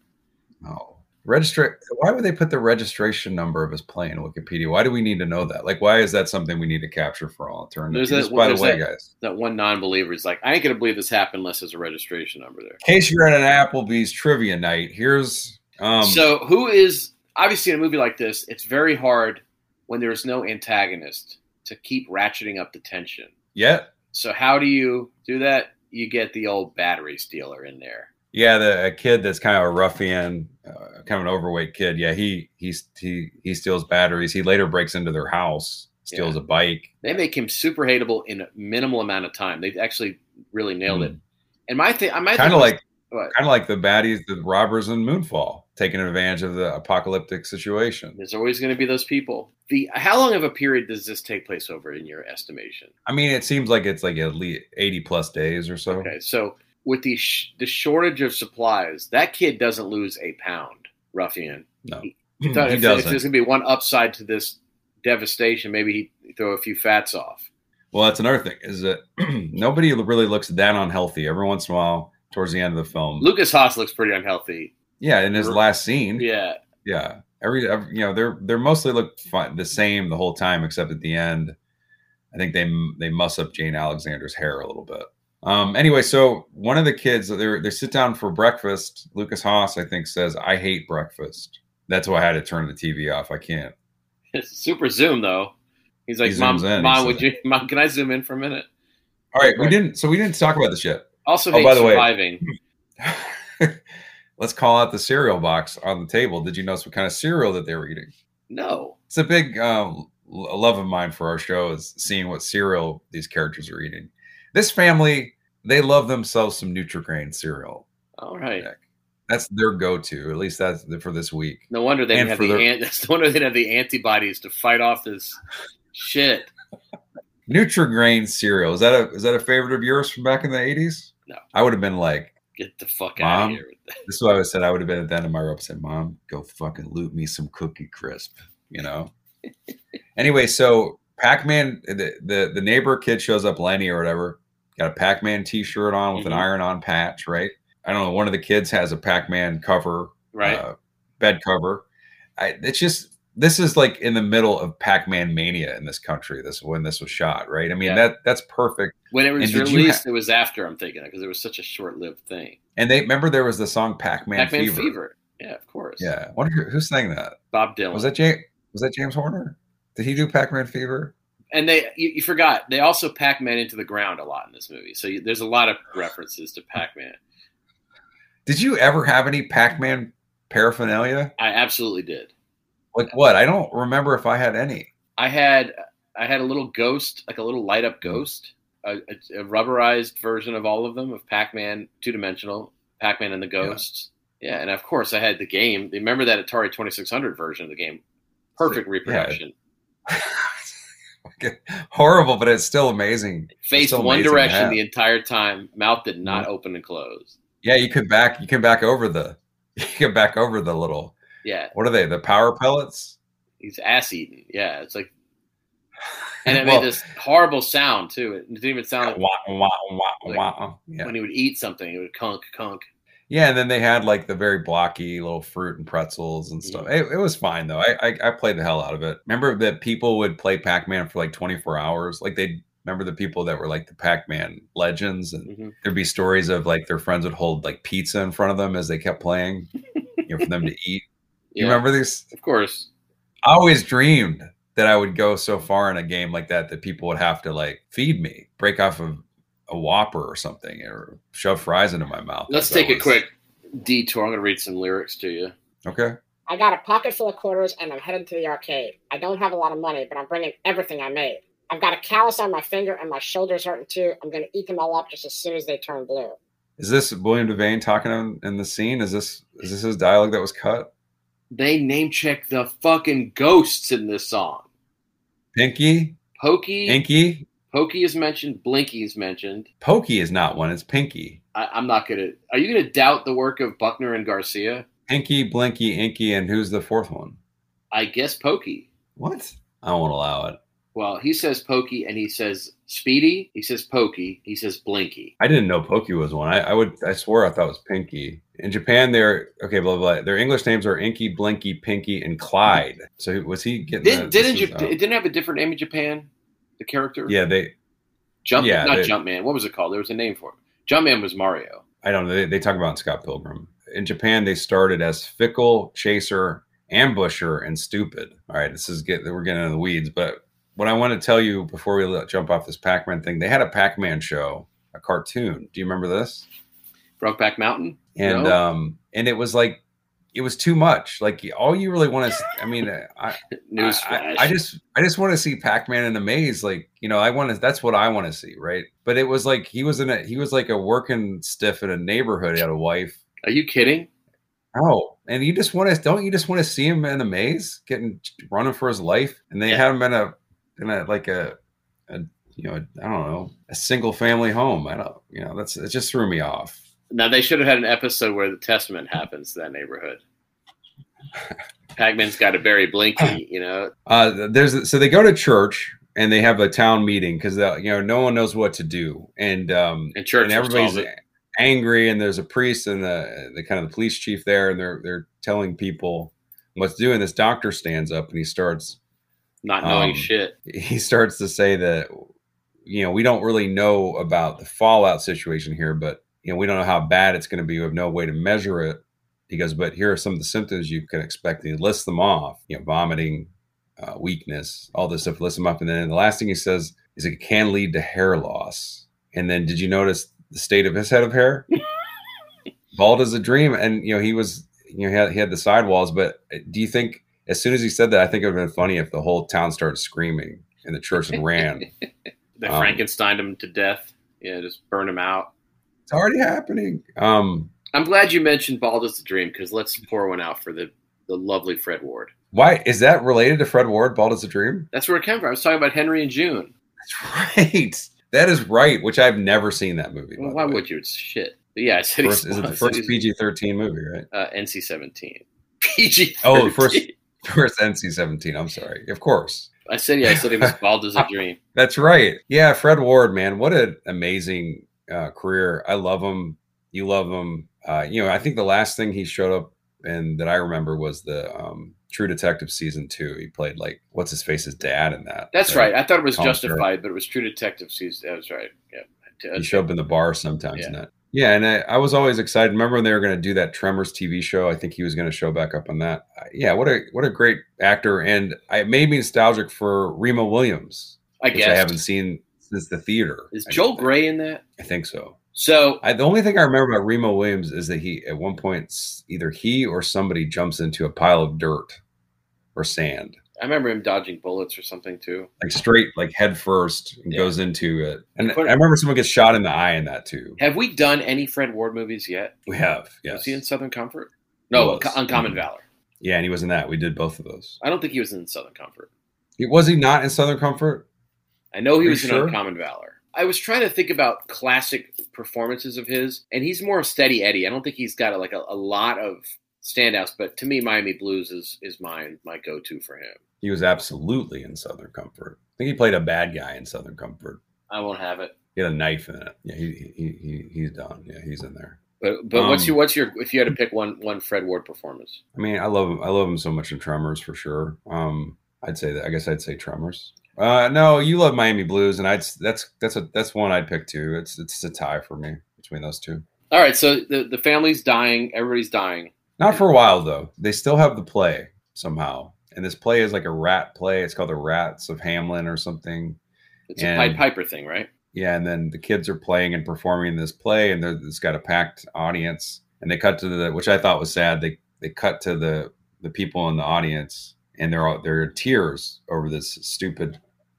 No. Registra- why would they put the registration number of his plane in Wikipedia? Why do we need to know that? Like, why is that something we need to capture for all eternity?
There's that-
Just by the
there's that-
way, guys,
That one non-believer is like, I ain't gonna believe this happened unless there's a registration number there.
in case you're at an Applebee's trivia night, here's um,
so who is obviously in a movie like this it's very hard when there's no antagonist to keep ratcheting up the tension
yeah,
so how do you do that you get the old battery stealer in there
yeah, the a kid that's kind of a ruffian, uh, kind of an overweight kid. Yeah, he he's he he steals batteries. He later breaks into their house, steals a bike.
they make him super hateable in a minimal amount of time they actually really nailed it and my thing i might
Kind of like
what?
kind of like the baddies, the robbers in Moonfall, taking advantage of the apocalyptic situation.
there's always going to be those people the how long of a period does this take place over in your estimation
I mean, it seems like it's like at least 80 plus days or so.
okay so with the sh- the shortage of supplies that kid doesn't lose a pound ruffian
No,
He-
Hmm, he
So if, if
doesn't.
there's going to be one upside to this devastation, maybe he throw a few fats off.
Well, that's another thing is that nobody really looks that unhealthy every once in a while towards the end of the film.
Lucas Haas looks pretty unhealthy.
yeah, in his last scene. Yeah.
Yeah,
Every, every, you know, they're, they're mostly look fine, the same the whole time, except at the end, I think they, they muss up Jane Alexander's hair a little bit. Um, anyway, so one of the kids, they they sit down for breakfast. Lucas Haas, I think, says, I hate breakfast. That's why I had to turn the TV off. I can't
Super zoom though. He's like,
He
Mom,
zooms in,"
Mom,
he
would
said.
you, Mom, can I zoom in for a minute?
All right, we didn't. So we didn't talk about this yet.
Also,
Oh,
hate
by the way-
surviving.
Let's call out the cereal box on the table. Did you notice what kind of cereal that they were eating?
No,
It's a big um, l- love of mine for our show is seeing what cereal these characters are eating. This family, they love themselves some Nutrigrain cereal.
all right.
Yeah. That's their go-to. At least that's the- for this week.
No wonder they didn't
And
have
for
the
the-
an- that's no wonder they didn't have the antibodies to fight off this shit.
Nutrigrain cereal is that a is that a favorite of yours from back in the eighties?
No.
I would have been like,
Get the fuck out of
Mom?
here. with that.
this is what I would have said. I would have been at the end of my rope. and Said, "Mom, go fucking loot me some cookie crisp," you know. anyway, so Pac Man, the, the the neighbor kid shows up, Lenny or whatever, got a Pac Man T shirt on with
Mhm.
an iron on patch, right? I don't know. One of the kids has a Pac Man cover,
Right?
Uh, bed cover. I, it's just this is like in the middle of Pac Man mania in this country. This when this was shot, right? I mean
Yeah.
that that's perfect.
when it was
and did you
released, it was after I'm thinking because it was such a short-lived thing.
And they remember there was the song Pac Man
Pac-Man
Fever.
Fever. Yeah, of course.
Yeah, I wonder who, who sang that.
Bob Dylan.
Was that James? Was that James Horner? Did he do Pac-Man Fever?
and they you, you forgot they also Pac-Man into the ground a lot in this movie. So you, there's a lot of references to Pac-Man.
Did you ever have any Pac-Man paraphernalia?
I absolutely did.
Like what? I don't remember if I had any.
I had I had a little ghost, like a little light up ghost, a, a, a rubberized version of all of them of Pac-Man, two dimensional Pac-Man and the Ghosts. Yeah. and of course I had the game. Remember that Atari 2600 version of the game? Perfect reproduction.
Horrible, but it's still amazing.
Faced
so
one
amazing to
direction
have.
the entire time. Mouth did not open and close.
Yeah, you could back. You can back over the. You can back over the little.
Yeah,
What are they? The power pellets.
he's ass eating. Yeah, it's like, and it
Well,
made this horrible sound too. It didn't even sound like
Wah, wah, wah, wah. Yeah.
when he would eat something, it would conk conk.
yeah, and then they had like the very blocky little fruit and pretzels and stuff. It, it was fine though. I, I I played the hell out of it. Remember that people would play Pac Man for like 24 hours. Like they remember the people that were like the Pac Man legends, and
Mhm.
there'd be stories of like their friends would hold like pizza in front of them as they kept playing, you know, for them to eat.
Yeah,
You remember this?
of course.
I always dreamed that I would go so far in a game like that that people would have to like feed me, break off of a Whopper or something, or shove fries into my mouth.
Let's
as I
take a
was-
quick detour. I'm going to read some lyrics to you.
Okay.
I got a pocket full of quarters and I'm headed to the arcade. I don't have a lot of money, but I'm bringing everything I made. I've got a callus on my finger and my shoulder's hurting too. I'm going to eat them all up just as soon as they turn blue.
Is this William Devane talking in, in the scene? Is this is this his dialogue that was cut?
They name check the fucking ghosts in this song.
Pinky,
Pokey,
Inky,
Pokey is mentioned. Blinky is mentioned.
Pokey is not one. It's Pinky,
I, I'm not going to. Are you going to doubt the work of Buckner and Garcia?
Pinky, Blinky, Inky, and who's the fourth one?
I guess Pokey.
What? I won't allow it.
Well, he says Pokey and he says Speedy. He says Pokey. He says Blinky.
I didn't know Pokey was one. I, I would I swore I thought it was Pinky. In Japan, they're okay, blah blah. blah. Their English names are Inky, Blinky, Pinky, and Clyde. So was he getting?
Did,
that- this
didn't
was,
Jap-
uh,
it didn't have a different name in Japan? The character,
yeah, they.
Jump,
yeah,
not
they-
Jumpman. What was it called? There was a name for it. Jumpman was Mario.
I don't know. They, they talk about it in Scott Pilgrim. In Japan, they started as Fickle, Chaser, Ambusher, and Stupid. All right, this is get we're getting into the weeds. But what I want to tell you before we let- jump off this Pac-Man thing, they had a Pac-Man show, a cartoon. Do you remember this?
Brokeback Mountain.
and
No?
um and it was like it was too much like all you really want to i mean I,
Newsflash.
I, I just i just want to see pac-man in a maze like you know i want to that's what i want to see right but it was like he was in a he was like a working stiff in a neighborhood he had a wife
Are you kidding?
oh and you just want to don't you just want to see him in a maze getting running for his life and they had him in a in a like a, a you know I i don't know a single family home i don't you know that's it just threw me off
Now they should have had an episode where the testament happens to that neighborhood. Pac-Man's got to bury Blinky, you know.
Uh, there's so they go to church and they have a town meeting because you know no one knows what to do and um
And church
and
will
everybody's
solve it.
angry and there's a priest and the the kind of the police chief there and they're they're telling people what to do and this doctor stands up and he starts
Not knowing
um,
shit.
he starts to say that you know we don't really know about the fallout situation here but you know we don't know how bad it's going to be we have no way to measure it he goes but here are some of the symptoms you can expect and he lists them off you know vomiting uh, weakness, all this stuff, list them up. And then the last thing he says is it can lead to hair loss. And then did you notice the state of his head of hair? Bald as a dream. And, you know, he was, you know, he had, he had the sidewalls. But uh, do you think, as soon as he said that, I think it would have been funny if the whole town started screaming and the church had ran.
They
Um,
Frankenstein him to death. Yeah, just burn him out.
It's already happening. Um,
I'm glad you mentioned Baldus the Dream because let's pour one out for the, the lovely Fred Ward.
why is that related to Fred Ward? Bald as a dream.
That's where it came from. I was talking about Henry and June.
That's right. That is right. Which I've never seen that movie.
Well, why would you? It's shit. But yeah, I said
First,
he's
is it the
I said
first
he's-
PG thirteen movie? Right.
uh, NC seventeen. PG.
Oh, the first- First NC seventeen. I'm sorry. Of course.
I said yeah. I said he was bald as a dream.
That's right. Yeah, Fred Ward, man, what an amazing uh, career. I love him. You love him. Uh, you know, I think the last thing he showed up and that I remember was the um, True Detective season two. He played like what's his face's dad in that.
That's right. I thought it was
Tom
justified, but it was True Detective season. That was right. Yeah. Uh,
You show up in the bar sometimes.
Yeah.
Yeah. That. Yeah, and I, I was always excited. Remember when they were going to do that Tremors TV show? I think he was going to show back up on that. Uh, Yeah, what a what a great actor, and I, it made me nostalgic for Remo Williams,
I
which I
guess.
haven't seen since the theater.
Is
I
Joel
think.
Gray in that?
I think so.
So
I, the only thing I remember about Remo Williams is that he, at one point, s- either he or somebody jumps into a pile of dirt or sand,
I remember him dodging bullets or something too.
like straight, like head first, and
Yeah.
goes into it. And
But-
I remember someone gets shot in the eye in that too.
Have we done any Fred Ward movies yet?
We have,
Was
yes,
he in Southern Comfort? No,
was.
Unco- Uncommon
Mhm.
Valor.
yeah, and he was in that. We did both of those.
I don't think he was in Southern Comfort.
He, was he not in Southern Comfort?
I know he
Are
was
you
in
sure?
Uncommon Valor. I was trying to think about classic performances of his, and he's more of steady Eddie. I don't think he's got like a, a lot of standouts, but to me, Miami Blues is is my my go to for him.
He was absolutely in Southern Comfort. I think he played a bad guy in Southern Comfort.
I won't have it.
He had a knife in it. Yeah, he, he, he he's done. Yeah, he's in there.
But but what's
Um,
your what's your if you had to pick one one Fred Ward performance?
I mean, I love him. I love him so much in Tremors for sure. Um, I'd say that. I guess I'd say Tremors. Uh, no, you love Miami Blues, and I'd s- that's that's a that's one I'd pick too. It's it's a tie for me between those two.
All right, so the the family's dying, everybody's dying.
Not for a while though. They still have the play somehow, and this play is like a rat play. It's called the Rats of Hamlin or something.
It's
And-
a Pied Piper thing, right?
yeah and then the kids are playing and performing this play and they're- it's got a packed audience and they cut to the which i thought was sad they they cut to the the people in the audience and they're all they're in tears over this stupid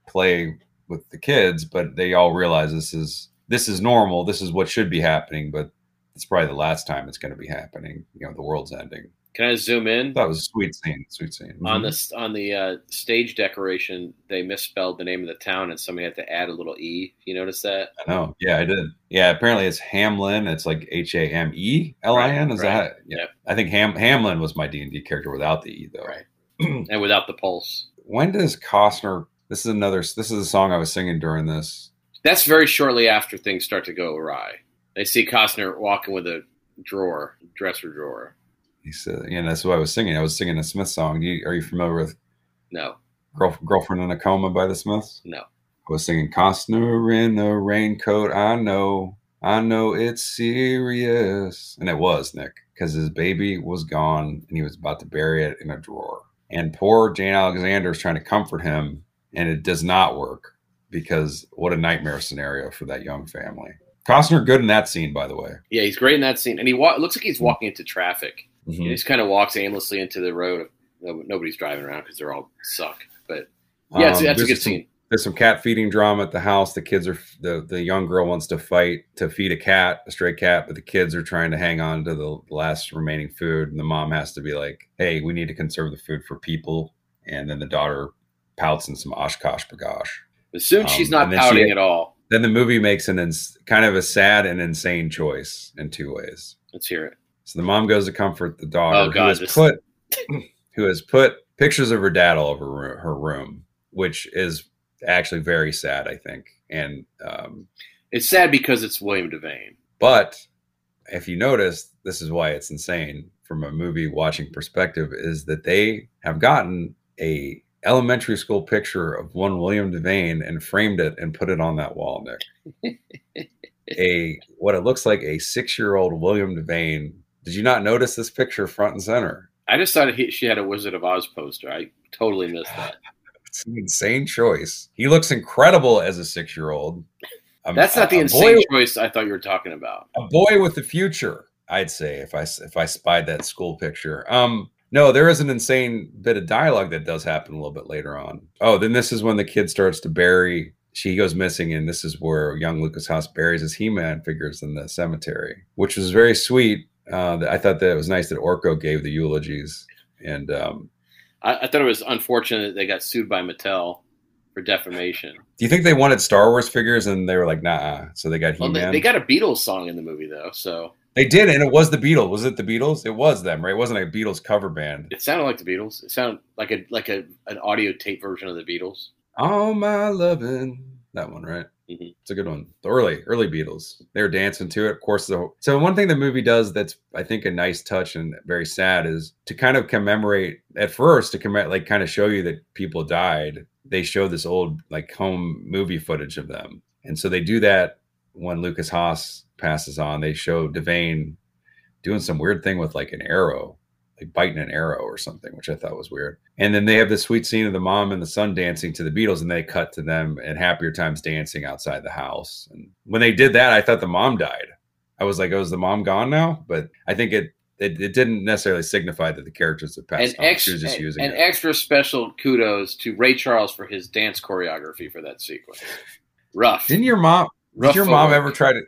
play with the kids but they all realize this is this is normal this is what should be happening but it's probably the last time it's going to be happening you know the world's ending
Can I zoom in
that was a sweet scene sweet scene
on
Mhm.
this on the uh, stage decoration? They misspelled the name of the town, and somebody had to add a little e. You notice that?
i know yeah i did yeah apparently it's hamlin it's like E h-a-m-e-l-i-n is
Right,
that yeah I think Ham- Hamlin was my D and D character without the E though.
Right. and without the pulse.
When does Costner? This is another. This is a song I was singing during this.
That's very shortly after things start to go awry. They see Costner walking with a drawer, dresser drawer.
He said, "Yeah, that's what I was singing. I was singing a Smith song. Do you, are you familiar with
No,
Girl, Girlfriend in a Coma by the Smiths?"
no.
I was singing Costner in a raincoat. I know, I know it's serious, and it was Nick because his baby was gone and he was about to bury it in a drawer. And poor Jane Alexander is trying to comfort him, and it does not work because what a nightmare scenario for that young family. Costner good in that scene, by the way.
Yeah, he's great in that scene, and he wa- it looks like he's walking into traffic. He
Mhm.
just kind of walks aimlessly into the road. No- Nobody's driving around because they're all suck. But yeah, it's, that's
Um,
a
there's
good
some-
scene.
there's some cat feeding drama at the house. The kids are the the young girl wants to fight to feed a cat, a stray cat, but the kids are trying to hang on to the last remaining food, and the mom has to be like, "Hey, we need to conserve the food for people." And then the daughter pouts in some Oshkosh bagosh.
But soon
um,
she's not
and then she-
pouting at all.
Then the movie makes an ins- kind of a sad and insane choice in two ways.
Let's hear it.
So the mom goes to comfort the daughter,
Oh, God,
who has
this-
put who has put pictures of her dad all over her- her room, which is actually very sad, I think. And um,
It's sad because it's William Devane.
but if you notice, this is why it's insane from a movie watching perspective is that they have gotten a elementary school picture of one William Devane and framed it and put it on that wall, Nick. a what it looks like a six year old William Devane. Did you not notice this picture front and center?
I just thought he, she had a Wizard of Oz poster. I totally missed that.
It's an insane choice. He looks incredible as a six year old.
That's not the insane choice I thought you were talking about.
a boy with the future i'd say if i if i spied that school picture um no there is an insane bit of dialogue that does happen a little bit later on oh then this is when the kid starts to bury she goes missing and this is where young lucas house buries his he-man figures in the cemetery which was very sweet uh, i thought that it was nice that orko gave the eulogies and um,
I, I thought it was unfortunate that they got sued by Mattel for defamation.
do you think they wanted star wars figures and they were like nah so they got
Well,
he-man
they, they got a Beatles song in the movie though, so
They did and it was the beatles was it the beatles it was them right it wasn't a beatles cover band
it sounded like the Beatles. It sounded like a like a an audio tape version of the Beatles.
All my loving. That one, right?
Mhm.
It's a good one. The early, early Beatles. They were dancing to it. Of course, the so one thing the movie does that's I think a nice touch and very sad is to kind of commemorate at first to commemorate like kind of show you that people died. They show this old like home movie footage of them, and so they do that when Lucas Haas passes on. They show Devane doing some weird thing with like an arrow like biting an arrow or something, which I thought was weird. And then they have the sweet scene of the mom and the son dancing to the Beatles, and they cut to them and happier times dancing outside the house. And when they did that, I thought the mom died. I was like, "Oh, is the mom gone now?" But I think it it, it didn't necessarily signify that the characters had passed
And
on.
extra
she was just using
an
it.
extra special kudos to Ray Charles for his dance choreography for that sequence. Rough.
Didn't your mom?
rough
Did your mom
footwork.
ever try to?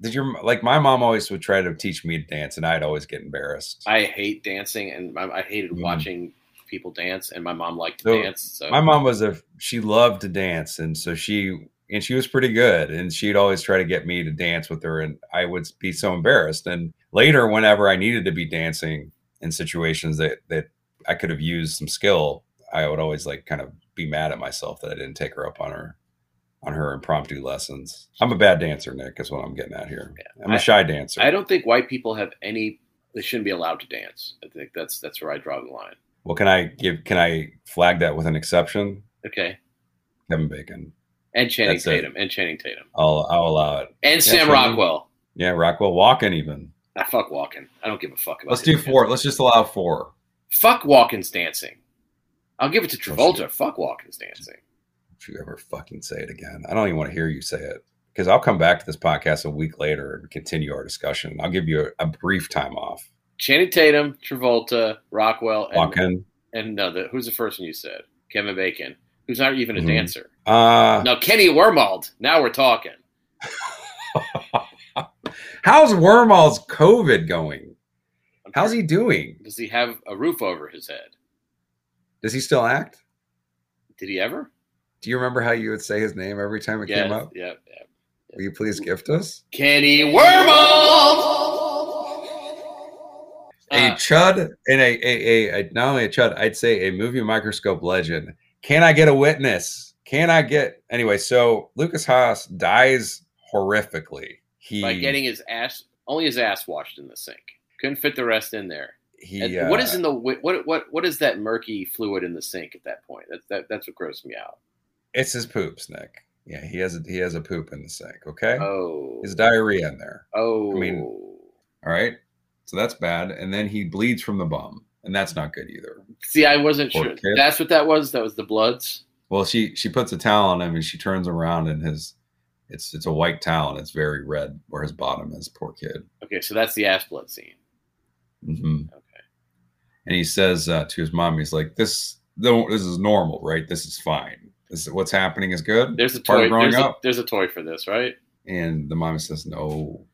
Did your like my mom always would try to teach me to dance, and I'd always get embarrassed.
I hate dancing, and I, I hated
Mhm.
watching people dance. And my mom liked to
So,
dance, so
my mom was a she loved to dance and so she and she was pretty good and she'd always try to get me to dance with her and i would be so embarrassed and later whenever i needed to be dancing in situations that that i could have used some skill i would always like kind of be mad at myself that i didn't take her up on her on her impromptu lessons i'm a bad dancer nick is what i'm getting at here i'm a
I-
shy dancer
I don't think white people have any. They shouldn't be allowed to dance. I think that's that's where I draw the line.
well can i give can i flag that with an exception
Okay,
kevin bacon
and Channing
That's it.
Tatum, and Channing Tatum,
i'll i'll allow it
and Sam
Channing.
Rockwell.
yeah rockwell walking even
I fuck walking. I don't give a fuck about.
Let's
his
do four. Let's just allow four.
Fuck Walken's dancing. I'll give it to
Let's do
Travolta. Fuck Walken's dancing.
If you ever fucking say it again, I don't even want to hear you say it because I'll come back to this podcast a week later and continue our discussion. I'll give you a, a brief time off.
Channing Tatum, Travolta, Rockwell, and,
Walk in.
and no, the, who's the first one you said? Kevin Bacon, who's not even a
Mhm.
dancer.
Uh,
Now Kenny Wormald. Now we're talking.
how's Wormall's COVID going?
I'm
How's
sure-
he doing?
Does he have a roof over his head?
Does he still act?
Did he ever?
Do you remember how you would say his name every time it
Yes,
came up?
Yeah, yeah.
Will you please gift us?
Kenny Wormald.
a
Uh,
chud and a, a, a, a not only a chud i'd say a movie microscope legend can i get a witness can i get anyway so lucas haas dies horrifically he
by getting his ass, only his ass washed in the sink. Couldn't fit the rest in there. And
he uh,
what is in the wi- what what what is that murky fluid in the sink at that point? That, that that's what grossed me out.
it's his poops nick yeah he has a he has a poop in the sink okay
Oh,
his diarrhea in there
oh,
I mean- all right so that's bad and then he bleeds from the bum and that's not good either
see, I wasn't
Poor
sure.
kid.
That's what that was. That was the bloods.
Well, she she puts a towel on him and she turns around and his it's it's a white towel and it's very red where his bottom is. Poor kid.
Okay, so that's the ass blood scene.
hmm
Okay.
And he says uh, to his mom, he's like, "This no, this is normal, right? This is fine. This what's happening is good."
There's a
Part of
toy.
growing
There's a,
up.
there's a toy for this, right?
and the mom says, "No,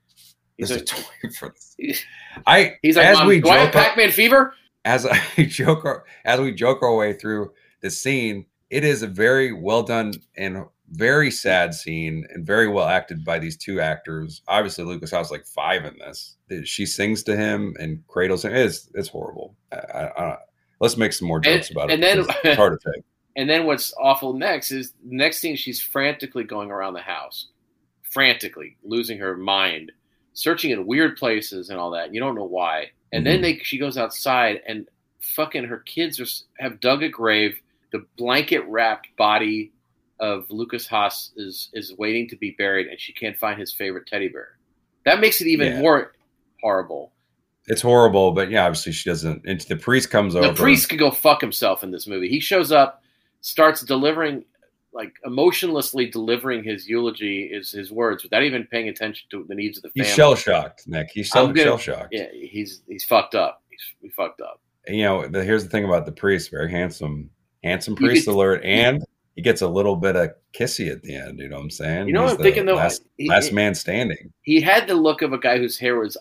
He's
there's a
like,
toy for this." I
he's like,
as
Mom,
we
do I
joke
have Pac-Man fever?
as I joke our, as we joke our way through the scene, it is a very well done and very sad scene and very well acted by these two actors. Obviously, Lucas House like five in this. She sings to him and cradles him. It's it's horrible. I, I, I, let's make some more jokes about
and
it.
then-
because it's hard to take.
And then what's awful next is next scene she's frantically going around the house, frantically losing her mind, searching in weird places and all that. You don't know why. And then
Mhm.
they she goes outside and fucking her kids are, s- have dug a grave. The blanket wrapped body of Lucas Haas is is waiting to be buried, and she can't find his favorite teddy bear. That makes it even
Yeah.
more horrible.
It's horrible, but yeah, obviously she doesn't. And the priest comes
The
over.
priest could go fuck himself in this movie. He shows up, starts delivering, like emotionlessly delivering his eulogy, is his words, without even paying attention to the needs of the
He's
family.
shell shocked, Nick. He's
I'm gonna-
shell shocked.
yeah, he's he's fucked up. He's he fucked up.
You know, the, here's the thing about the priest. Very handsome, handsome
You
priest
could-
alert, and he gets a little bit of kissy at the end. You know what I'm saying?
You know
He's
what I'm
the
thinking though.
Last,
He-
last
he-
man standing.
he had the look of a guy whose hair was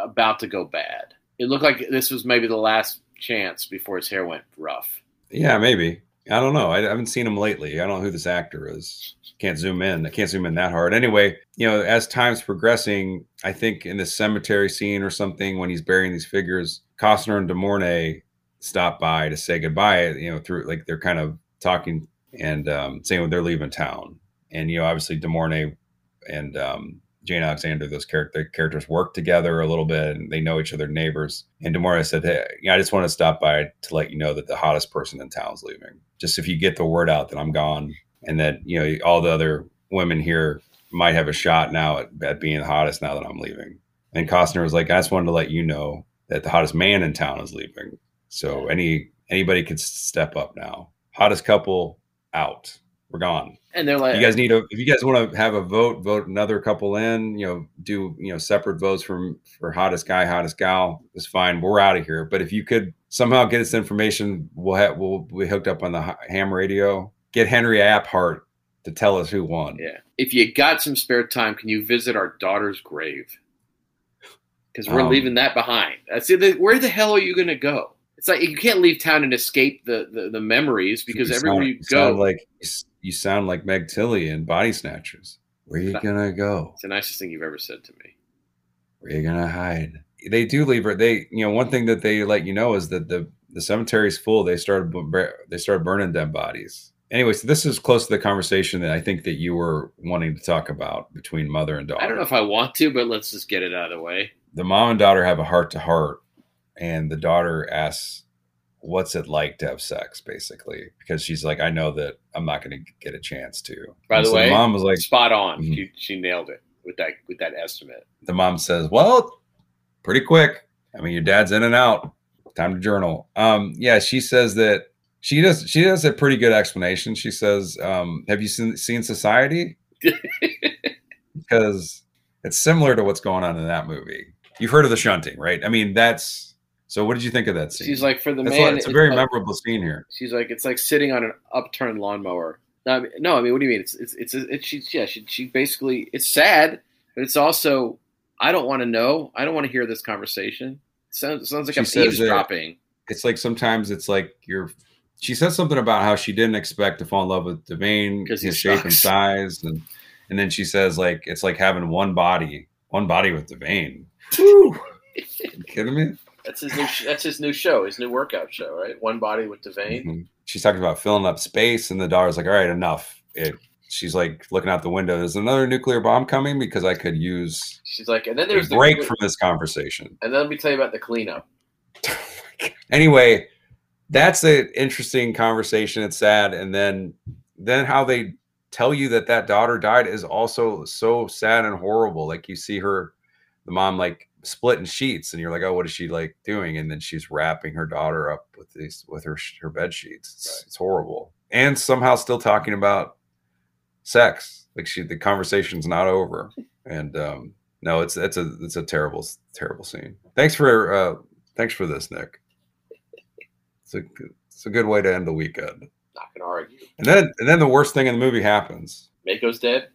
about to go bad. It looked like this was maybe the last chance before his hair went rough.
Yeah, maybe. I don't know. I haven't seen him lately. I don't know who this actor is. Can't zoom in. I can't zoom in that hard. Anyway, you know, as time's progressing, I think in the cemetery scene or something when he's burying these figures, Costner and DeMornay stop by to say goodbye. You know, through like they're kind of talking and um, saying they're leaving town. And you know, obviously DeMornay and um, Jane Alexander, those character characters work together a little bit, and they know each other neighbors. And Demora said, "Hey, you know, I just want to stop by to let you know that the hottest person in town's leaving. Just if you get the word out that I'm gone, and that you know all the other women here might have a shot now at, at being the hottest now that I'm leaving." And Costner was like, "I just wanted to let you know that the hottest man in town is leaving. So any anybody could step up now. Hottest couple out. We're gone."
And they're like,
you guys need a if you guys want to have a vote vote another couple in you know do you know separate votes from for hottest guy hottest gal is fine we're out of here but if you could somehow get us information we'll have we'll be hooked up on the ha- ham radio get henry apphart to tell us who won
yeah. If you got some spare time, can you visit our daughter's grave? Because we're
Um,
leaving that behind. I see. The, where the hell are you going to go? It's like you can't leave town and escape the the, the memories because
You
everywhere
sound-
you go,
sound like you sound like meg tilly in body snatchers where you
Stop.
gonna go
it's the nicest thing you've ever said to me.
where you gonna hide they do leave her they you know one thing that they let you know is that the the cemetery's full they started bu- bur- they started burning dead bodies anyway so this is close to the conversation that i think that you were wanting to talk about between mother and daughter
I don't know if I want to, but let's just get it out of the way.
the mom and daughter have a heart to heart and the daughter asks what's it like to have sex basically because she's like i know that i'm not going to get a chance to
By
And
the
so
way,
the mom was like
Spot on.
Mhm.
She, she nailed it with that with that estimate.
the mom says, "Well, pretty quick. I mean, your dad's in and out. Time to journal." Um, yeah, she says that she does. She does a pretty good explanation. She says, um, "Have you seen seen Society?" because it's similar to what's going on in that movie. You've heard of the shunting, right? I mean, that's so. What did you think of that scene?
She's like, for the
That's
man,
like- it's a very
like-
memorable scene here.
She's like, it's like sitting on an upturned lawnmower. No, I mean, no, I mean, what do you mean? It's it's it's, it's she yeah she she basically it's sad, but it's also I don't want to know. I don't want to hear this conversation. Sounds sounds like
She
I'm
says that-
eavesdropping.
it's like sometimes it's like you're she says something about how she didn't expect to fall in love with Devane
'Cause
his
he
shape and
sucks.
size and and then she says like it's like having one body one body with Devane you kidding me
That's his new sh- that's his new show, his new workout show, right? One body with the vein.
Mhm. she's talking about filling up space and the daughter's like all right enough it she's like looking out the window is another nuclear bomb coming because I could use
She's like, and then
a
there's the
break from this conversation
and then let me tell you about the cleanup.
anyway, that's an interesting conversation. It's sad, and then then how they tell you that that daughter died is also so sad and horrible. Like you see her, the mom like splitting sheets, and you're like, oh, what is she like doing? And then she's wrapping her daughter up with these with her sh- her bed sheets. It's, it's horrible, and somehow still talking about sex. Like she, the conversation's not over, and um, no, it's it's a it's a terrible terrible scene. Thanks for uh, thanks for this, Nick. It's a good- it's a good way to end the weekend.
Not gonna argue.
And then and then the worst thing in the movie happens.
Mako's dead.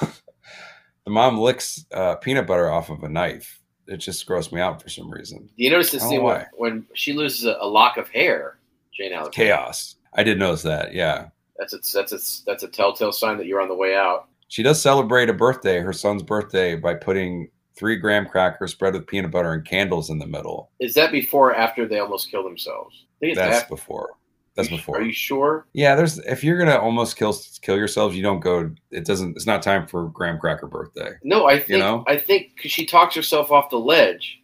the mom licks uh, peanut butter off of a knife. It just grossed me out for some reason.
You notice this
I don't
scene
know
when, when she loses a, a lock of hair, Jane Allen.
Chaos. I did notice that. Yeah,
That's a, that's a, that's a telltale sign that you're on the way out.
she does celebrate a birthday, her son's birthday, by putting three graham crackers spread with peanut butter and candles in the middle.
Is that before or after they almost kill themselves? I think it's
That's
after.
before. That's
Are you-
before.
Are you sure?
Yeah, there's if you're gonna almost kill kill yourselves, you don't go. It doesn't. It's not time for graham cracker birthday.
No, I think
know?
I think 'cause she talks herself off the ledge.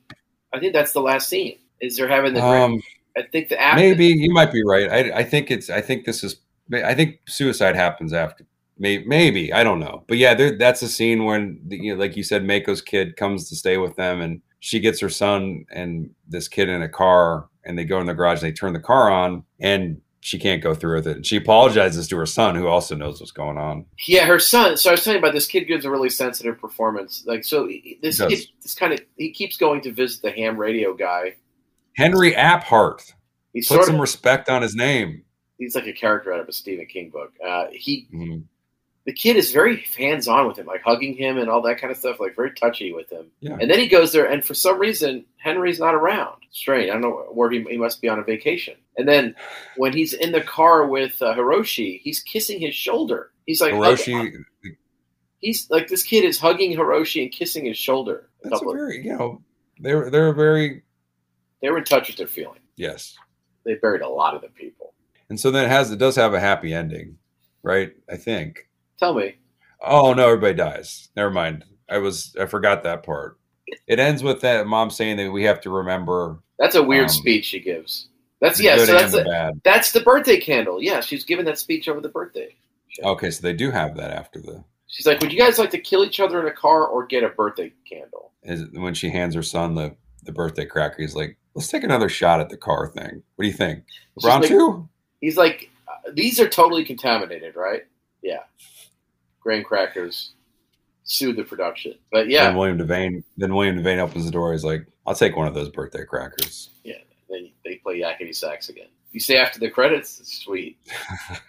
I think that's the last scene. Is they're having the
Um,
I think the after,
maybe you might be right. I, I think it's. I think this is. I think suicide happens after Maybe, maybe I don't know, but yeah, there, that's a scene when the- you know, like you said, Mako's kid comes to stay with them, and she gets her son and this kid in a car, and they go in the garage and they turn the car on, and she can't go through with it. And she apologizes to her son, who also knows what's going on.
Yeah, her son. So I was telling you about this kid gives a really sensitive performance. Like so, he- this
He does.
kid, this kind of he keeps going to visit the ham radio guy.
Henry Apphart,
He's
put
sort
some
of
respect on his name.
he's like a character out of a Stephen King book. Uh, he
Mhm.
the kid is very hands on with him, like hugging him and all that kind of stuff, like very touchy with him.
Yeah.
And then he goes there, and for some reason, Henry's not around. Strange. I don't know where he, he must be on a vacation. And then when he's in the car with uh, Hiroshi, he's kissing his shoulder. He's like
Hiroshi,
He's like this kid is hugging Hiroshi and kissing his shoulder. A
that's a
couple of-
very you know they're they're very
they were in touch with their feelings.
yes.
They buried a lot of the people.
And so then it has it does have a happy ending, right? I think.
Tell me,
Oh no, everybody dies. Never mind. I was I forgot that part. It ends with that mom saying that we have to remember
that's a weird
Um,
speech she gives. That's
the
yeah.
good
So
and
that's
the
the,
bad.
that's the birthday candle. Yeah, she's giving that speech over the birthday.
Okay, so they do have that after the
She's like, "Would you guys like to kill each other in a car or get a birthday candle?"
is it- when she hands her son the the birthday cracker. He's like, "Let's take another shot at the car thing. What do you think,
She's
round
like-
two?
He's like, uh, "These are totally contaminated, right?" Yeah. Graham crackers sued the production, but yeah,
Then William Devane. Then William Devane opens the door. He's like, "I'll take one of those birthday crackers."
they, they play yakety sax again. You say after the credits, it's sweet.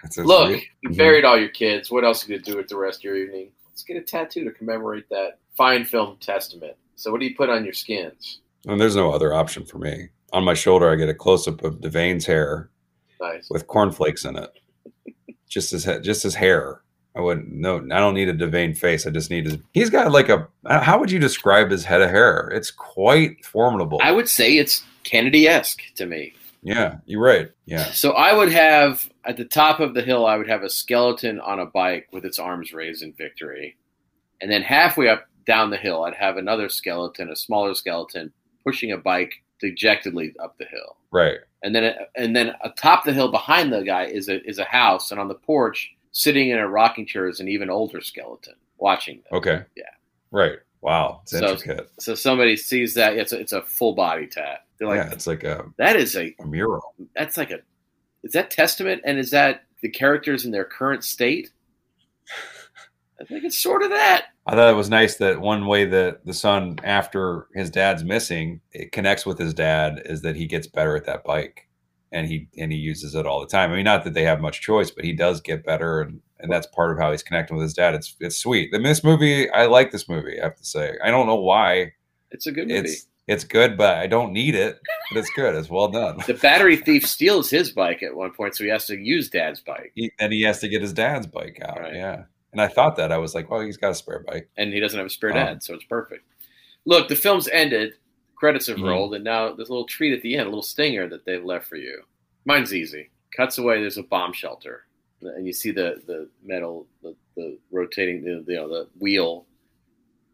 It's a
Look,
sweet-
you
Mhm.
buried all your kids. What else are you gonna do with the rest of your evening? Let's get a tattoo to commemorate that fine film testament. So, what do you put on your skins?
and there's no other option for me. On my shoulder, I get a close up of Devane's hair
Nice.
with cornflakes in it. Just his head, just his hair. I wouldn't no. I don't need a Devane face. I just need his. He's got like a. How would you describe his head of hair? It's quite formidable.
I would say it's Kennedy esque to me.
yeah, you're right. Yeah,
So I would have at the top of the hill, I would have a skeleton on a bike with its arms raised in victory, and then halfway up down the hill, I'd have another skeleton, a smaller skeleton, pushing a bike dejectedly up the hill,
right.
and then and then atop the hill behind the guy is a is a house, and on the porch, sitting in a rocking chair, is an even older skeleton watching them.
Okay.
Yeah.
Right. Wow. It's
So-
intricate.
So somebody sees that it's a, it's a full body tat. They're like,
yeah, it's like a,
that is a
a mural.
that's like a is that testament and is that the characters in their current state i think it's sort of that
I thought it was nice that one way that the son, after his dad's missing, it connects with his dad is that he gets better at that bike, and he and he uses it all the time. I mean, not that they have much choice, but he does get better, and and that's part of how he's connecting with his dad. It's it's sweet. I mean, this movie, I like this movie. I have to say, I don't know why
it's a good movie
it's it's good, but I don't need it. But it's good. It's well done.
the battery thief steals his bike at one point so he has to use dad's bike
He, and he has to get his dad's bike out.
Right.
Yeah. And I thought that I was like, well, he's got a spare bike.
and he doesn't have a spare
Oh.
dad so it's perfect look the film's ended credits have
Mhm.
rolled and now there's a little treat at the end a little stinger that they've left for you mine's easy cuts away there's a bomb shelter and you see the the metal the, the rotating the, you know the wheel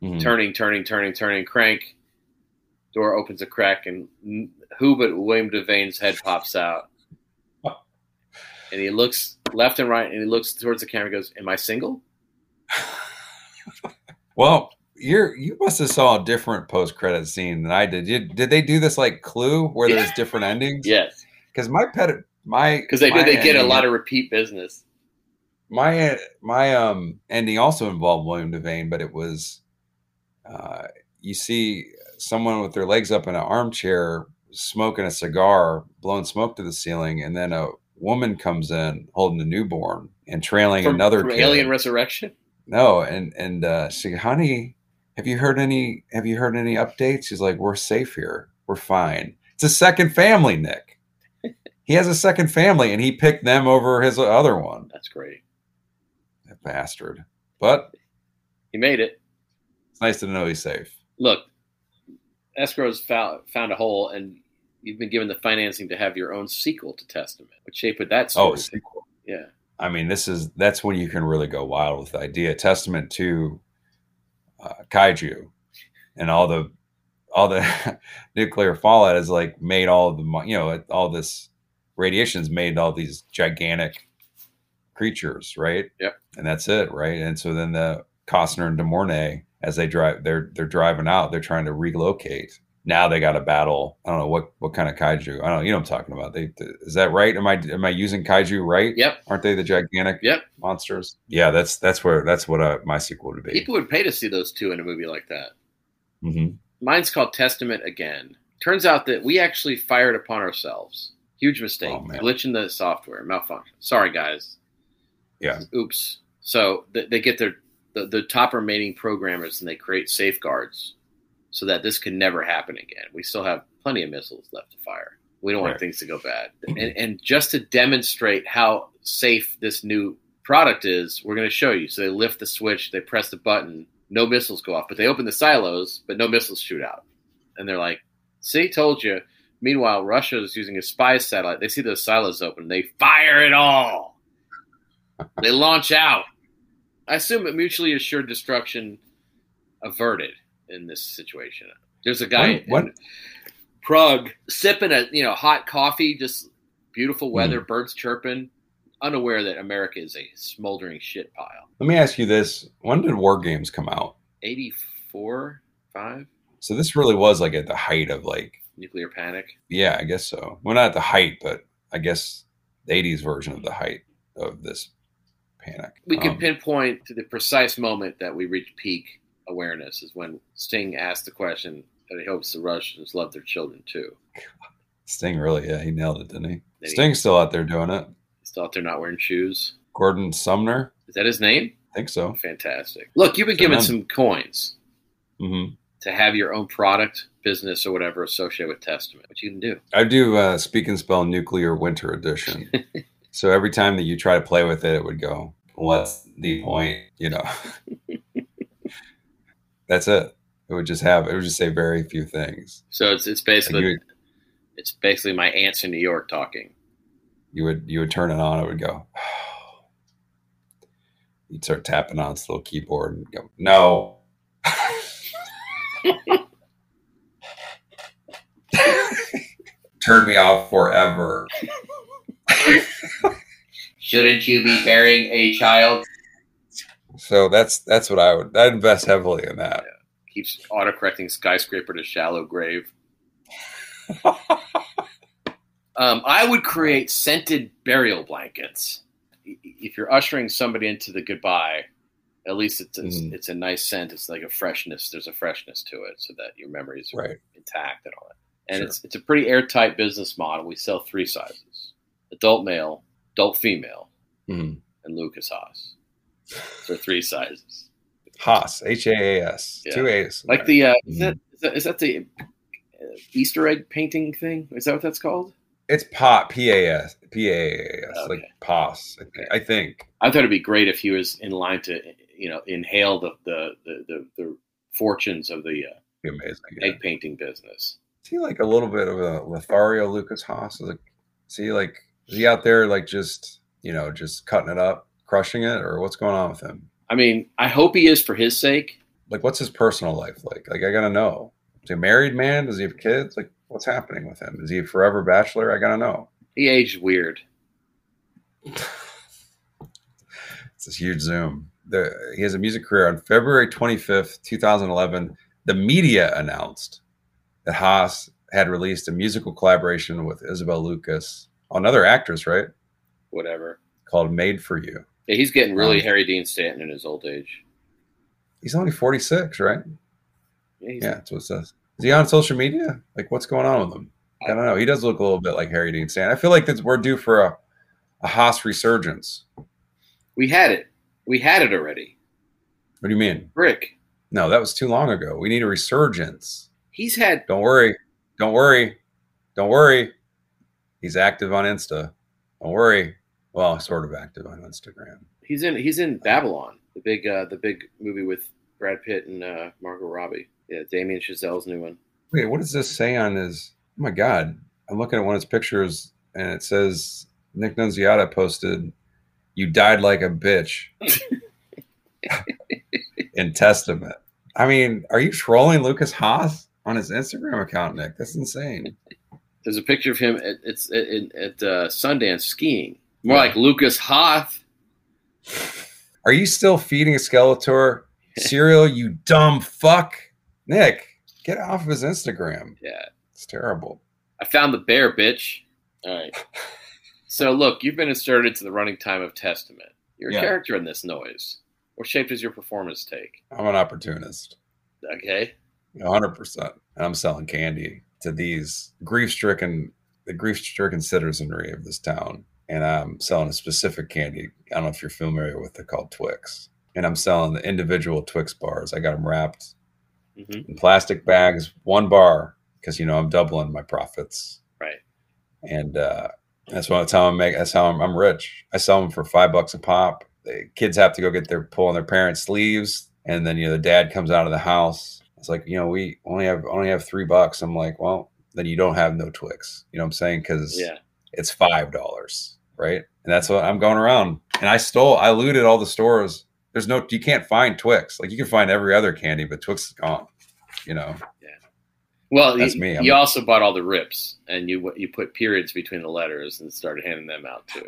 Mhm.
turning, turning, turning, turning, crank. Door opens a crack, and n- who but William Devane's head pops out. And he looks left and right, and he looks towards the camera and goes, Am I single?
Well, you're you must have saw a different post credit scene than I did. did. Did they do this like Clue where there's different endings?
Yes.
Because my pet, my
Because they
my
did, they get a
ending-
lot of repeat business.
my my um ending also involved William Devane, but it was uh, you see someone with their legs up in an armchair smoking a cigar, blowing smoke to the ceiling, and then a woman comes in holding a newborn and trailing
From,
another
from
kid.
Alien Resurrection?
no and and uh she honey have you heard any have you heard any updates she's like we're safe here we're fine it's a second family nick he has a second family and he picked them over his other one
That's great.
that bastard but
He made it.
it's nice to know he's safe
Look, escrow's found, found a hole, and you've been given the financing to have your own sequel to Testament. What shape would that
oh
story be?
sequel.
Yeah.
i mean this is that's when you can really go wild with the idea testament to uh, kaiju and all the all the nuclear fallout has like made all the mo- you know all this radiation's made all these gigantic creatures, right?
Yep.
And that's it, right? And so then the Costner and DeMornay, as they drive, they're they're driving out. They're trying to relocate. Now they got to battle. I don't know what what kind of kaiju. I don't. know. You know what I'm talking about. They, th- is that right? Am I am I using kaiju right?
Yep.
Aren't they the gigantic
Yep.
monsters? Yeah, that's that's where that's what uh, my sequel would be.
People would pay to see those two in a movie like that.
hmm
Mine's called Testament Again. Turns out that we actually fired upon ourselves. Huge mistake.
Oh, man.
Glitch in the software, malfunction. Sorry, guys.
Yeah.
Oops. So th- they get their the, the top remaining programmers and they create safeguards so that this can never happen again. We still have plenty of missiles left to fire. We don't want
Right.
things to go bad. And, and just to demonstrate how safe this new product is, we're going to show you. So they lift the switch, they press the button, no missiles go off, but they open the silos, but no missiles shoot out. And they're like, see, told you. Meanwhile, Russia is using a spy satellite. They see those silos open, they fire it all. they launch out. I assume it mutually assured destruction averted in this situation. There's a guy
What-
in Prague sipping a you know hot coffee, just beautiful weather, birds chirping, unaware that America is a smoldering shit pile.
Let me ask you this: When did War Games come out?
Eighty four, five,
So this really was like at the height of like
nuclear panic.
Yeah, I guess so. Well, not the height, but I guess the 80s version of the height of this panic.
We can
Um,
pinpoint to the precise moment that we reach peak awareness is when Sting asked the question that he hopes the Russians love their children too.
Sting really, yeah, he nailed it, didn't he?
That he-
Sting's still out there doing it.
He's out there not wearing shoes.
Gordon Sumner,
Is that his name?
I think so.
Fantastic. Look, you've been given
Fernando.
some coins
hmm
to have your own product, business, or whatever associated with Testament. What you can do?
I do uh, Speak and Spell Nuclear Winter Edition. so every time that you try to play with it, it would go, What's the point? You know, that's it. It would just have, it would just say very few things.
So it's it's
And
basically
you,
it's basically my aunts in New York talking.
you would you would turn it on. It would go. You'd start tapping on its little keyboard and go, no. Turn me off forever.
Shouldn't you be burying a child?
So that's that's what I would. I'd invest heavily in that.
Keeps autocorrecting skyscraper to shallow grave. Um, I would create scented burial blankets. I- If you're ushering somebody into the goodbye, at least it's it's,
Mhm.
it's a nice scent. It's like a freshness. There's a freshness to it, so that your memories are
right.
intact and all that. And
Sure.
it's it's a pretty airtight business model. We sell three sizes: adult male, adult female,
Mhm.
and Lucas Haas for three sizes.
Haas. H A A S.
Yeah.
Two A's.
Like the uh, is,
Mm.
that, is that is that the uh, Easter egg painting thing? Is that what that's called?
It's pot. P A S. P A A S. Like
Okay.
pos. I think. I think.
I thought it'd be great if he was in line to you know inhale the the the, the, the fortunes of the uh,
Be amazing. yeah.
egg painting business.
Is he like a little bit of a Lothario Lucas Haas? Is, it, is he like is he out there like just you know just cutting it up, crushing it, or what's going on with him?
I mean, I hope he is for his sake.
Like, what's his personal life like? Like, I gotta know. Is he a married man? Does he have kids? Like, what's happening with him? Is he a forever bachelor? I gotta know.
He aged weird.
It's this huge zoom. The, he has a music career. On February 25th, 2011, the media announced that Haas had released a musical collaboration with Isabel Lucas, another actress, right?
Whatever.
called Made for You.
Yeah, he's getting really
Um,
Harry Dean Stanton in his old age.
He's only 46, right?
Yeah, he's-
Yeah, that's what it says. Is he on social media? Like, what's going on with him? I don't know. He does look a little bit like Harry Dean Stanton. I feel like that's, we're due for a, a Haas resurgence.
We had it. We had it already.
What do you mean?
Rick,
No, that was too long ago. We need a resurgence.
he's had
Don't worry. Don't worry. Don't worry. He's active on Insta. Don't worry. Well, sort of active on Instagram.
he's in he's in Babylon, the big uh, the big movie with Brad Pitt and uh, Margot Robbie. Yeah, Damien Chazelle's new one.
Wait, what does this say on his? Oh my God, I'm looking at one of his pictures, and it says Nick Nunziata posted, "You died like a bitch." in testament. I mean, are you trolling Lucas Haas on his Instagram account, Nick? That's insane.
There's a picture of him at it's at, at uh, Sundance skiing. More
Yeah.
like Lucas Hoth
Are you still feeding Skeletor cereal, you dumb fuck? Nick, get off of his Instagram.
Yeah.
It's terrible.
I found the bear, bitch. All right. so look, you've been inserted to the running time of Testament. You're
Yeah.
a character in this noise. What shape does your performance take?
I'm an opportunist.
Okay.
100%. And I'm selling candy to these grief stricken, the grief stricken citizenry of this town. And I'm selling a specific candy. I don't know if you're familiar with it called Twix. And I'm selling the individual Twix bars. I got them wrapped
Mhm.
in plastic bags, one bar, because, you know, I'm doubling my profits.
Right.
And uh, that's, what, that's how I make, that's how I'm, I'm rich. I sell them for five bucks a pop. The kids have to go get their pull on their parents' sleeves. And then, you know, the dad comes out of the house. It's like, you know, we only have only have three bucks. I'm like, well, then you don't have no Twix. You know what I'm saying? Because
Yeah.
it's five dollars, right? And that's what I'm going around. And I stole, I looted all the stores. There's no, you can't find Twix. Like you can find every other candy, but Twix is gone. You know,
Well,
That's
you,
me. I'm-
you also bought all the rips, and you you put periods between the letters and started handing them out too.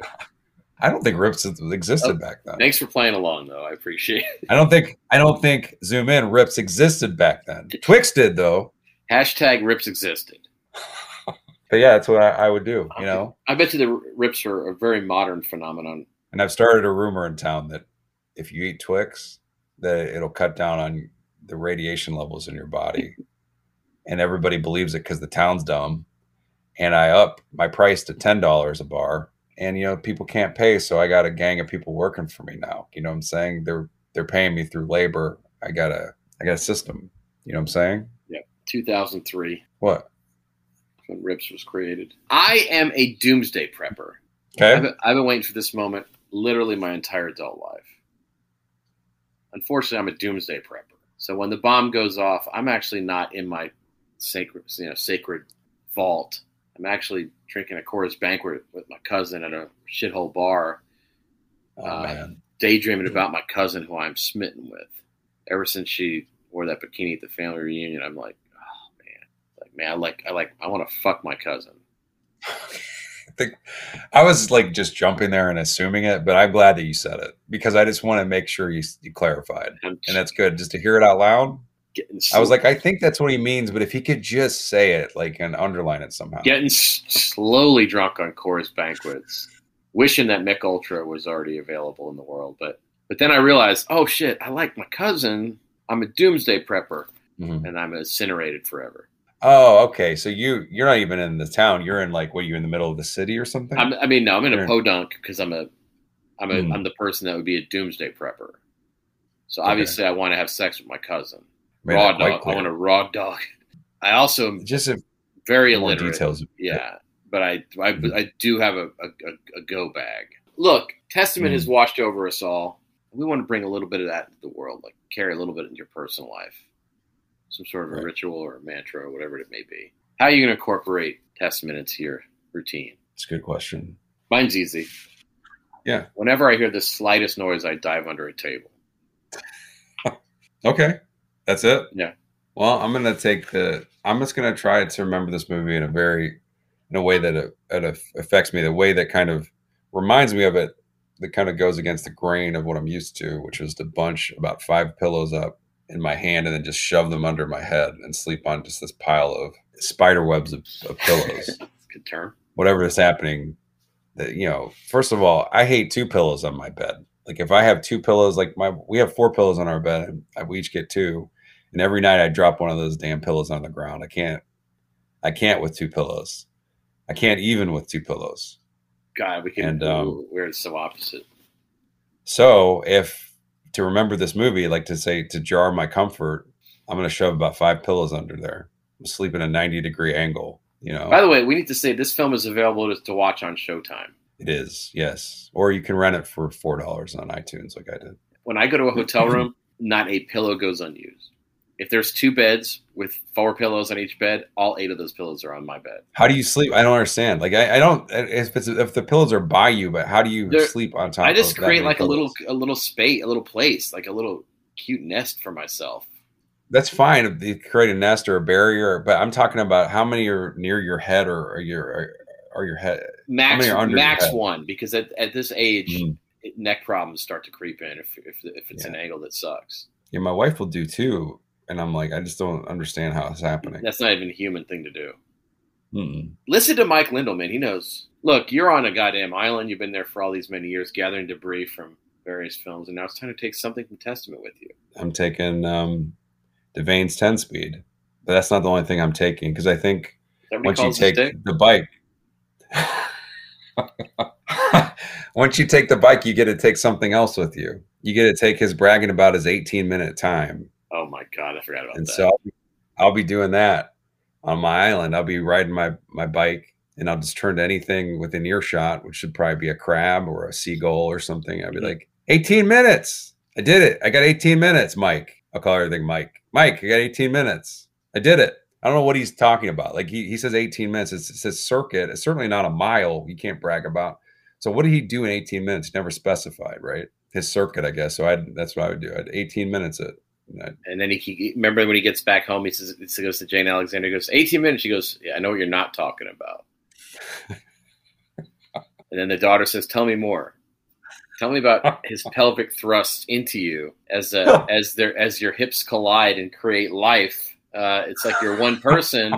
I don't think Rips existed back then.
Thanks for playing along, though. I appreciate. it.
I don't think, I don't think Zoom In Rips existed back then. Twix did though.
Hashtag rips existed.
But yeah, that's what I, I would do. You know,
I bet you the r- rips are a very modern phenomenon.
and I've started a rumor in town that if you eat Twix, that it'll cut down on the radiation levels in your body. and everybody believes it because the town's dumb. And I up my price to ten dollars a bar, and you know people can't pay, so I got a gang of people working for me now. You know what I'm saying? They're they're paying me through labor. I got a I got a system. You know what I'm saying?
2003
What?
when rips was created. I am a doomsday prepper. I've
Okay.
been, I've been waiting for this moment literally my entire adult life. Unfortunately, I'm a doomsday prepper. So when the bomb goes off, I'm actually not in my sacred, you know, sacred vault. I'm actually drinking a chorus banquet with my cousin at a shithole bar,
Oh man.
daydreaming about my cousin who I'm smitten with. Ever since she wore that bikini at the family reunion, I'm like, oh man, like man, I like, I like, I want to fuck my cousin.
I think I was like just jumping there and assuming it, but I'm glad that you said it because I just want to make sure you, s- you clarified.
I'm
And that's good. Just to hear it out loud,
getting
I was like, I think that's what he means, but if he could just say it, like, and underline it somehow.
getting s- slowly drunk on chorus banquets, wishing that Mick Ultra was already available in the world. But but then I realized, oh shit, I like my cousin. I'm a doomsday prepper,
Mhm.
and I'm incinerated forever.
Oh, okay. So you you're not even in the town. You're in like what? You in the middle of the city or something?
I'm, I mean, no, I'm in
Sure.
a podunk because I'm a I'm a
Hmm.
am the person that would be a doomsday prepper. So
Okay.
obviously, I want to have sex with my cousin.
Made
raw
that quite
dog. I
clear.
want a raw dog. I also am
just if
very
more
illiterate.
details.
Yeah, but I I,
Mhm.
I do have a, a, a- a go bag. Look, Testament has
Hmm.
washed over us all. We want to bring a little bit of that to the world, like carry a little bit in your personal life, some sort of
Right.
a ritual or a mantra or whatever it may be. How are you going to incorporate Testament into your routine?
It's a good question.
Mine's easy.
Yeah.
Whenever I hear the slightest noise, I dive under a table.
Okay, that's it.
Yeah.
Well, I'm gonna take the. I'm just gonna try to remember this movie in a very, in a way that it, it aff- affects me. The way that kind of reminds me of it. That kind of goes against the grain of what I'm used to, which was to bunch about five pillows up in my hand and then just shove them under my head and sleep on just this pile of spider webs of, of pillows.
Good term.
whatever is happening that you know first of all i hate two pillows on my bed like if i have two pillows like my we have four pillows on our bed and I- we each get two and every night i drop one of those damn pillows on the ground i can't i can't with two pillows i can't even with two pillows
God, we can.
And, um,
we're so opposite.
so if to remember this movie like to say to jar my comfort i'm going to shove about five pillows under there I'm sleep in a 90 degree angle you know
By the way, we need to say this film is available to, to watch on Showtime.
it is yes or you can rent it for four dollars on itunes like i did
when I go to a hotel room, not a pillow goes unused. If there's two beds with four pillows on each bed, all eight of those pillows are on my bed.
How do you sleep? I don't understand. Like I, I don't if it's if the pillows are by you, but how do you
They're-
sleep on top?
I just
of that
create
many
like a little
pillows?
a little space, a little place, like a little cute nest for myself.
That's fine. If you create a nest or a barrier, but I'm talking about how many are near your head or, or your or, or your head.
Max
many are under your
max
bed?
one because at, at this age neck problems start to creep in if if, if it's an angle that sucks.
Yeah, my wife will do too, and I'm like, I just don't understand how it's happening. Hmm.
That's not even a human thing to do.
Mm-mm.
Listen to Mike Lindelman. He knows. Look, you're on a goddamn island. You've been there for all these many years, gathering debris from various films, and now it's time to take something from Testament with you.
I'm taking um, Devane's ten speed, but that's not the only thing I'm taking because I think
Everybody
once you
calls his
take
dick.
the bike, once you take the bike, you get to take something else with you. You get to take his bragging about his 18 minute time.
Oh my god, I forgot about
and
that.
so I'll, be- I'll be doing that on my island. I'll be riding my my bike, and I'll just turn to anything within earshot, which should probably be a crab or a seagull or something. I'll be
Mhm.
like, eighteen minutes. I did it. I got eighteen minutes, Mike. I'll call everything Mike. Mike, I got eighteen minutes. I did it. I don't know what he's talking about. Like he, he says 18 minutes. It's, it says circuit. It's certainly not a mile. You can't brag about. So what did he do in 18 minutes? Never specified, right? His circuit, I guess. So I that's what I would do. I'd 18 minutes uh, it. And I'd-
And then he- he remember when he gets back home, he says he goes to Jane Alexander. He goes eighteen minutes. She goes, yeah, I know what you're not talking about. and then the daughter says, "Tell me more. Tell me about his pelvic thrusts into you as uh as their as your hips collide and create life. Uh, it's like you're one person,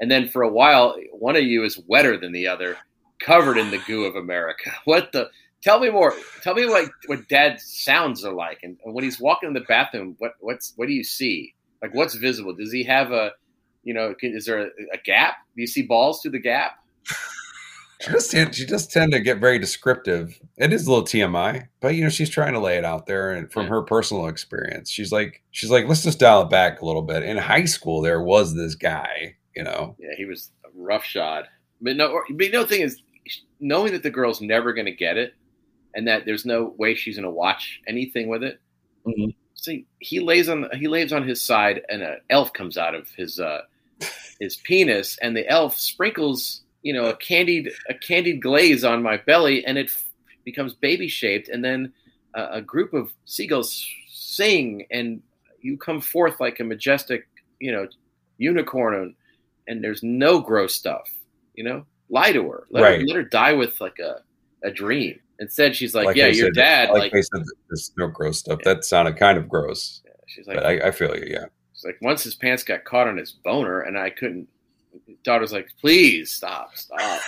and then for a while, one of you is wetter than the other, covered in the goo of America. What the." Tell me more. Tell me what what Dad sounds are like, and and when he's walking in the bathroom, what what's what do you see? Like what's visible? Does he have a, you know, can, is there a, a gap? Do you see balls through the gap?
She just tend, she just tend to get very descriptive. It is a little TMI, but you know she's trying to lay it out there and from
Yeah.
her personal experience. She's like she's like let's just dial it back a little bit. In high school there was this guy, you know.
Yeah, he was roughshod. But no, or, but no thing is knowing that the girl's never going to get it, and that there's no way she's going to watch anything with it.
Mhm.
See, he lays on he lays on his side, and an elf comes out of his uh, his penis, and the elf sprinkles you know a candied a candied glaze on my belly, and it f- becomes baby shaped, and then uh, a group of seagulls sing, and you come forth like a majestic you know unicorn and and there's no gross stuff. You know, lie to her. Let, her,
Right.
let her die with like a, a dream. Instead, she's like,
Like
"Yeah,
I
your
said-
dad."
like
Like,
they said, there's no gross stuff. That sounded kind of gross,
she's
but
like,
I, I feel you. Yeah,
she's like, once his pants got caught on his boner, and I couldn't. Daughter's like, "Please stop, stop."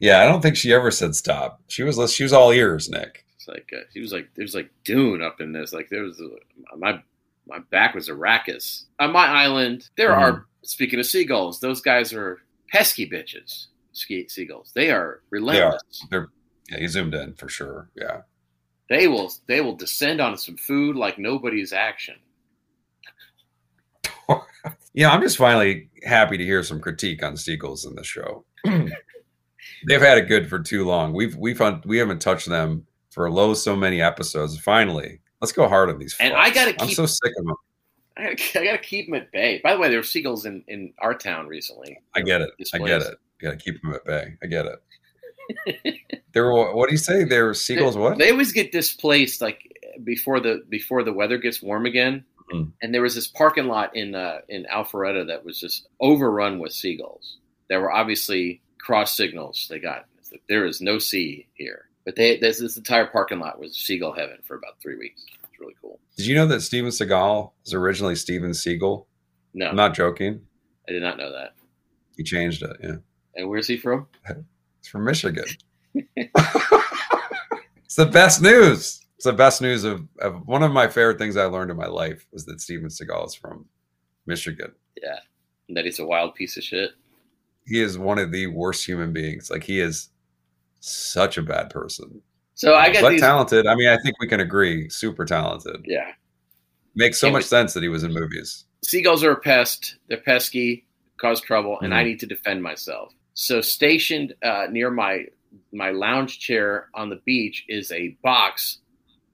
yeah. I don't think she ever said stop. She was lis- she was all ears, Nick.
It's like uh, he was like, there was like Dune up in this. Like there was a, my my back was a rackus. On my island, there
Mhm.
are speaking of seagulls. Those guys are pesky bitches. Ski, seagulls. They are relentless.
Yeah, he zoomed in for sure. Yeah,
they will they will descend on some food like nobody's action.
yeah. I'm just finally happy to hear some critique on seagulls in the show. They've had it good for too long. We've we've un- we haven't touched them for low so many episodes. Finally, let's go hard on these.
And
fucks.
I gotta
I'm
keep-
so sick of them.
I gotta, I gotta keep them at bay. By the way, there were seagulls in, in our town recently.
I get it. I get
Displays.
it. You gotta keep them at bay. I get it. there were what do you say? There were seagulls. What?
They always get displaced like before the before the weather gets warm again.
Mhm.
And there was this parking lot in uh, in Alpharetta that was just overrun with seagulls. There were obviously cross signals. They got it's like, there is no sea here, but they this, this entire parking lot was seagull heaven for about three weeks. It's really cool.
Did you know that Steven Seagal was originally Steven Seagal?
No,
I'm not joking.
I did not know that.
He changed it. Yeah,
And where's he from?
it's from Michigan. it's the best news. It's the best news of, of one of my favorite things I learned in my life was that Steven Seagal is from Michigan.
Yeah, that he's a wild piece of shit.
he is one of the worst human beings. Like he is such a bad person.
So I got
but
these.
talented. I mean, I think we can agree. Super talented.
Yeah,
Makes so
Can't
much
we-
sense that he was in movies.
seagulls are a pest. They're pesky, cause trouble, and
Mhm.
I need to defend myself. So stationed uh, near my my lounge chair on the beach is a box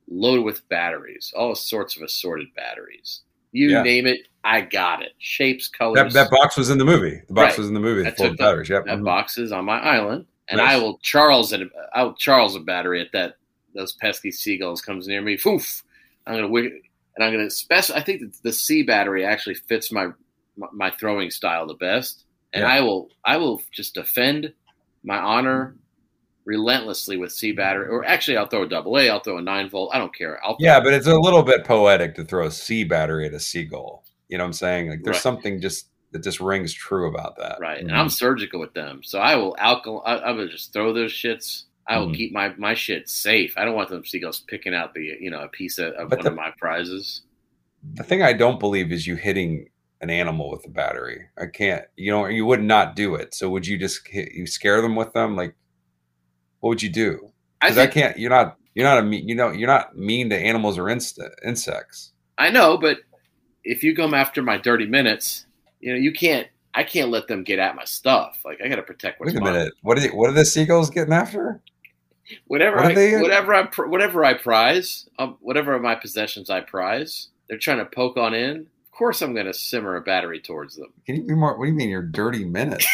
loaded with batteries, all sorts of assorted batteries. You
Yeah.
name it, I got it. Shapes,
That,
colors.
that box was in the movie. The box
Right.
was in the movie.
That's
full
what
of
the-
batteries. Yep.
that
Mhm.
box is on my island, and
Nice.
I will Charles it. I'll Charles a battery at that. Those pesky seagulls comes near me. Poof! I'm gonna wig and I'm gonna special. I think that the C battery actually fits my my, my throwing style the best, and
Yeah.
I will I will just defend my honor, relentlessly with C battery, or actually, I'll throw a double A, I'll throw a nine volt. I don't care. I'll
Yeah, but it's a little bit poetic to throw a sea battery at a seagull. You know what I'm saying? Like there's
Right.
something just that just rings true about that.
right, and
Mhm.
Mm-hmm.
I'm surgical with them, so I will alcohol. I, I will just throw those shits. I will
Mm-hmm.
Mhm.
keep my my shit safe. I don't want them seagulls picking out the you know a piece of, of
But
one
the-
of my prizes.
Mm. The thing I don't believe is you hitting an animal with a battery. I can't. You know, you would not do it. So would you just hit, you scare them with them? Like, what would you do?
I
Because I,
think,
can't. You're not. You're not a mean. You know. You're not mean to animals or insta- insects.
I know, but if you come after my dirty minutes, you know you can't. I can't let them get at my stuff. Like I got to protect what's
Wait a
mine.
minute. What are they, What are the seagulls getting after?
Whatever
What are
I,
they uh, in?
whatever I, pr- whatever I prize, um, whatever of my possessions I prize, they're trying to poke on in. Of course, I'm going to simmer a battery towards them.
Can you be more? What do you mean? Your dirty minutes.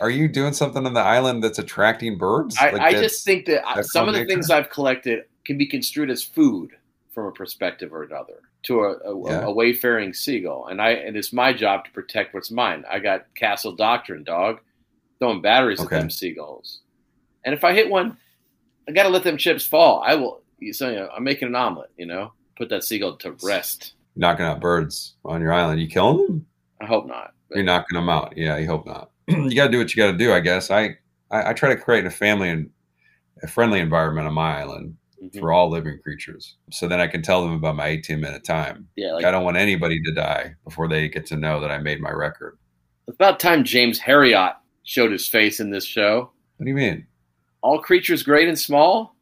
Are you doing something on the island that's attracting birds?
I,
Like
I
that's-
just think that I-
that's
some of
called
the
nature?
things I've collected can be construed as food from a perspective or another to a, a,
Yeah.
a wayfaring seagull, and I and it's my job to protect what's mine. I got castle doctrine, dog, throwing batteries
Okay.
at them seagulls, and if I hit one, I got to let them chips fall. I will. So you know, I'm making an omelet. You know, put that seagull to rest.
knocking out birds on your island. You killing them?
I hope not. But
You're knocking them out. Yeah, you hope not. you got to do what you got to do, I guess. I, I I try to create a family and a friendly environment on my island
Mhm.
for all living creatures. So then I can tell them about my 18 minute time.
yeah,
Like,
like,
I don't want anybody to die before they get to know that I made my record.
it's about time James Harriott showed his face in this show.
What do you mean?
All creatures great and small.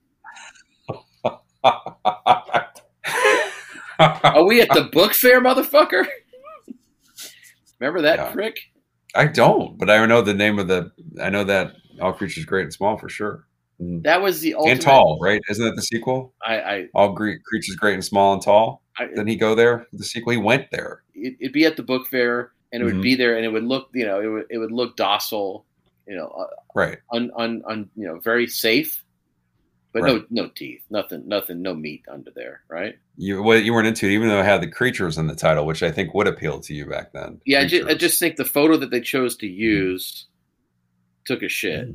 Are we at the book fair, motherfucker? Remember that
Yeah.
prick?
I don't, but I know the name of the. I know that all creatures great and small for sure, Mhm.
That was the ultimate.
and tall, right? Isn't that the sequel?
I, I,
All gre- creatures great and small and tall.
I
Didn't he go there? for The sequel, he went there.
it, it'd be at the book fair, and it would
Mhm.
be there, and it would look, you know, it would, it would look docile, you know, uh,
Right.
un, un, un, you know, very safe, but
Right.
no, no teeth, nothing, nothing, no meat under there, right?
You what you weren't into, it, even though it had the creatures in the title, which I think would appeal to you back then.
Yeah, I just, I
Creatures. Mm-hmm.
just think the photo that they chose to use took a shit.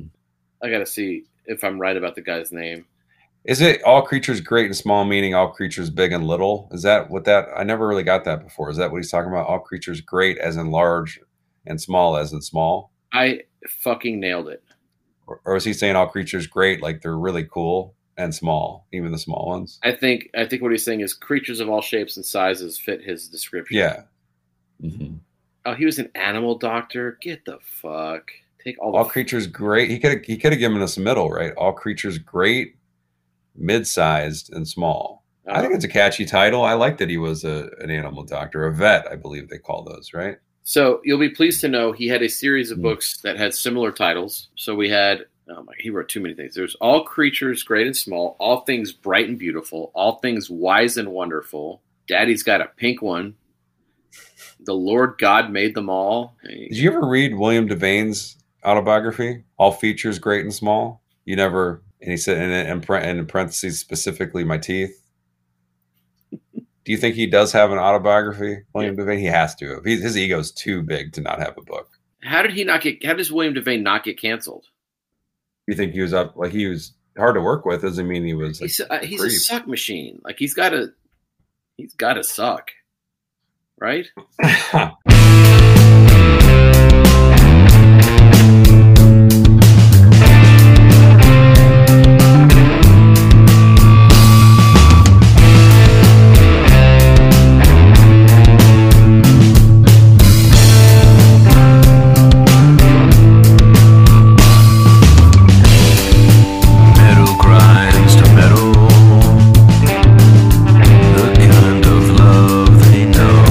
I gotta see if I'm right about the guy's name.
Is it all creatures great and small, meaning all creatures big and little? Is that what that? I never really got that before. Is that what he's talking about? All creatures great as in large, and small as in small,
I fucking nailed it.
or, or is he saying all creatures great like they're really cool and small, even the small ones?
I think I think what he's saying is creatures of all shapes and sizes fit his description.
Yeah. Mhm.
Oh, he was an animal doctor. Get the fuck. Take all the
all creatures great. He could he could have given us a middle, right? All creatures great, mid-sized, and small. I think it's a catchy title. I like that he was a, an animal doctor, a vet, I believe they call those, right?
so you'll be pleased to know he had a series of
Mm.
books that had similar titles. So we had oh my, he wrote too many things. There's all creatures great and small, all things bright and beautiful, all things wise and wonderful. Daddy's got a pink one. The Lord God made them all.
Did you ever read William Devane's autobiography? All features great and small. You never, and he said, and in, par- and in parentheses, specifically my teeth. Do you think he does have an autobiography, William Devane? He has to. have. He's, his ego's too big to not have a book.
How did he not get? How does William Devane not get canceled?
you think he was up like he was hard to work with doesn't mean he was like,
he's uh, he's a
creep.
suck machine. Like he's got to he's got to suck, right?
Metal grinds to metal. The kind of love they know.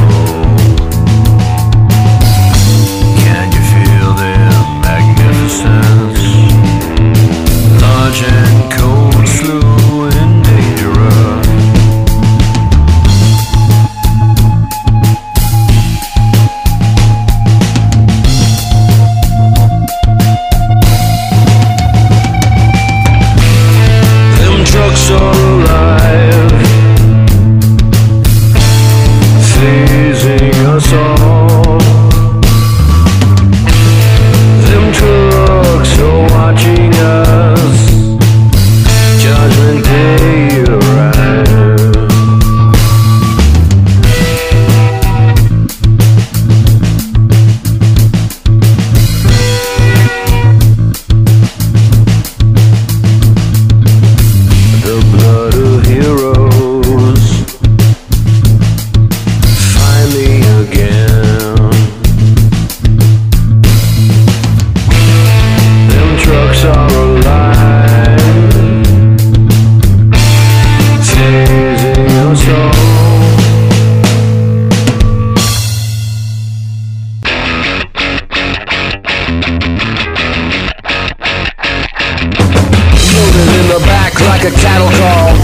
like a cattle call.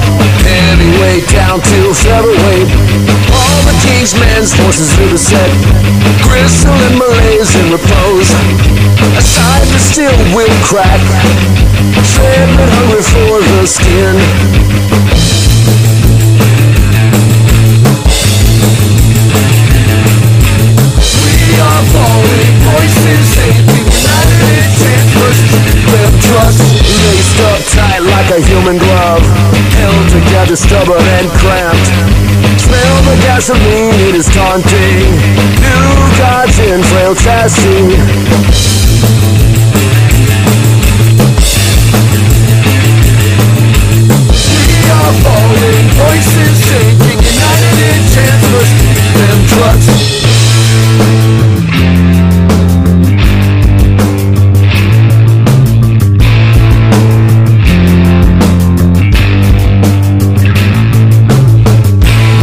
Heavyweight down to featherweight. All the king's men's forces through the set. Gristle and malaise in repose. A side that still will crack. Fed but hungry for the skin. We are falling, voices saving, united intent versus grip trust. Laced up tight like a human glove, held together stubborn and cramped. Smell the gasoline, it is taunting. New gods in frail chassis. We are falling, voices shaking, united in chant versus grip trust.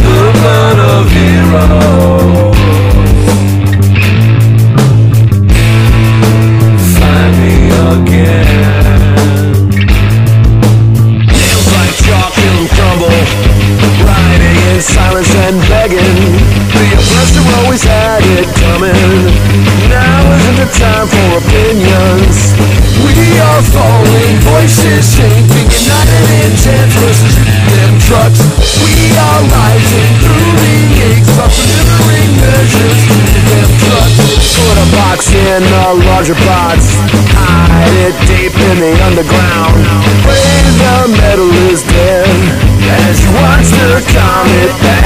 The blood of heroes. Find me again. Nails like chalk and crumble, riding in silence and begging. The oppressor always had it coming. Now isn't the time for opinions. We are falling, voices shaking, united in chants versus them trucks. We are rising through the aches of delivering measures to them trucks. Put a box in a larger box, hide it deep in the underground. Pray the metal is dead as you watch the comet pass.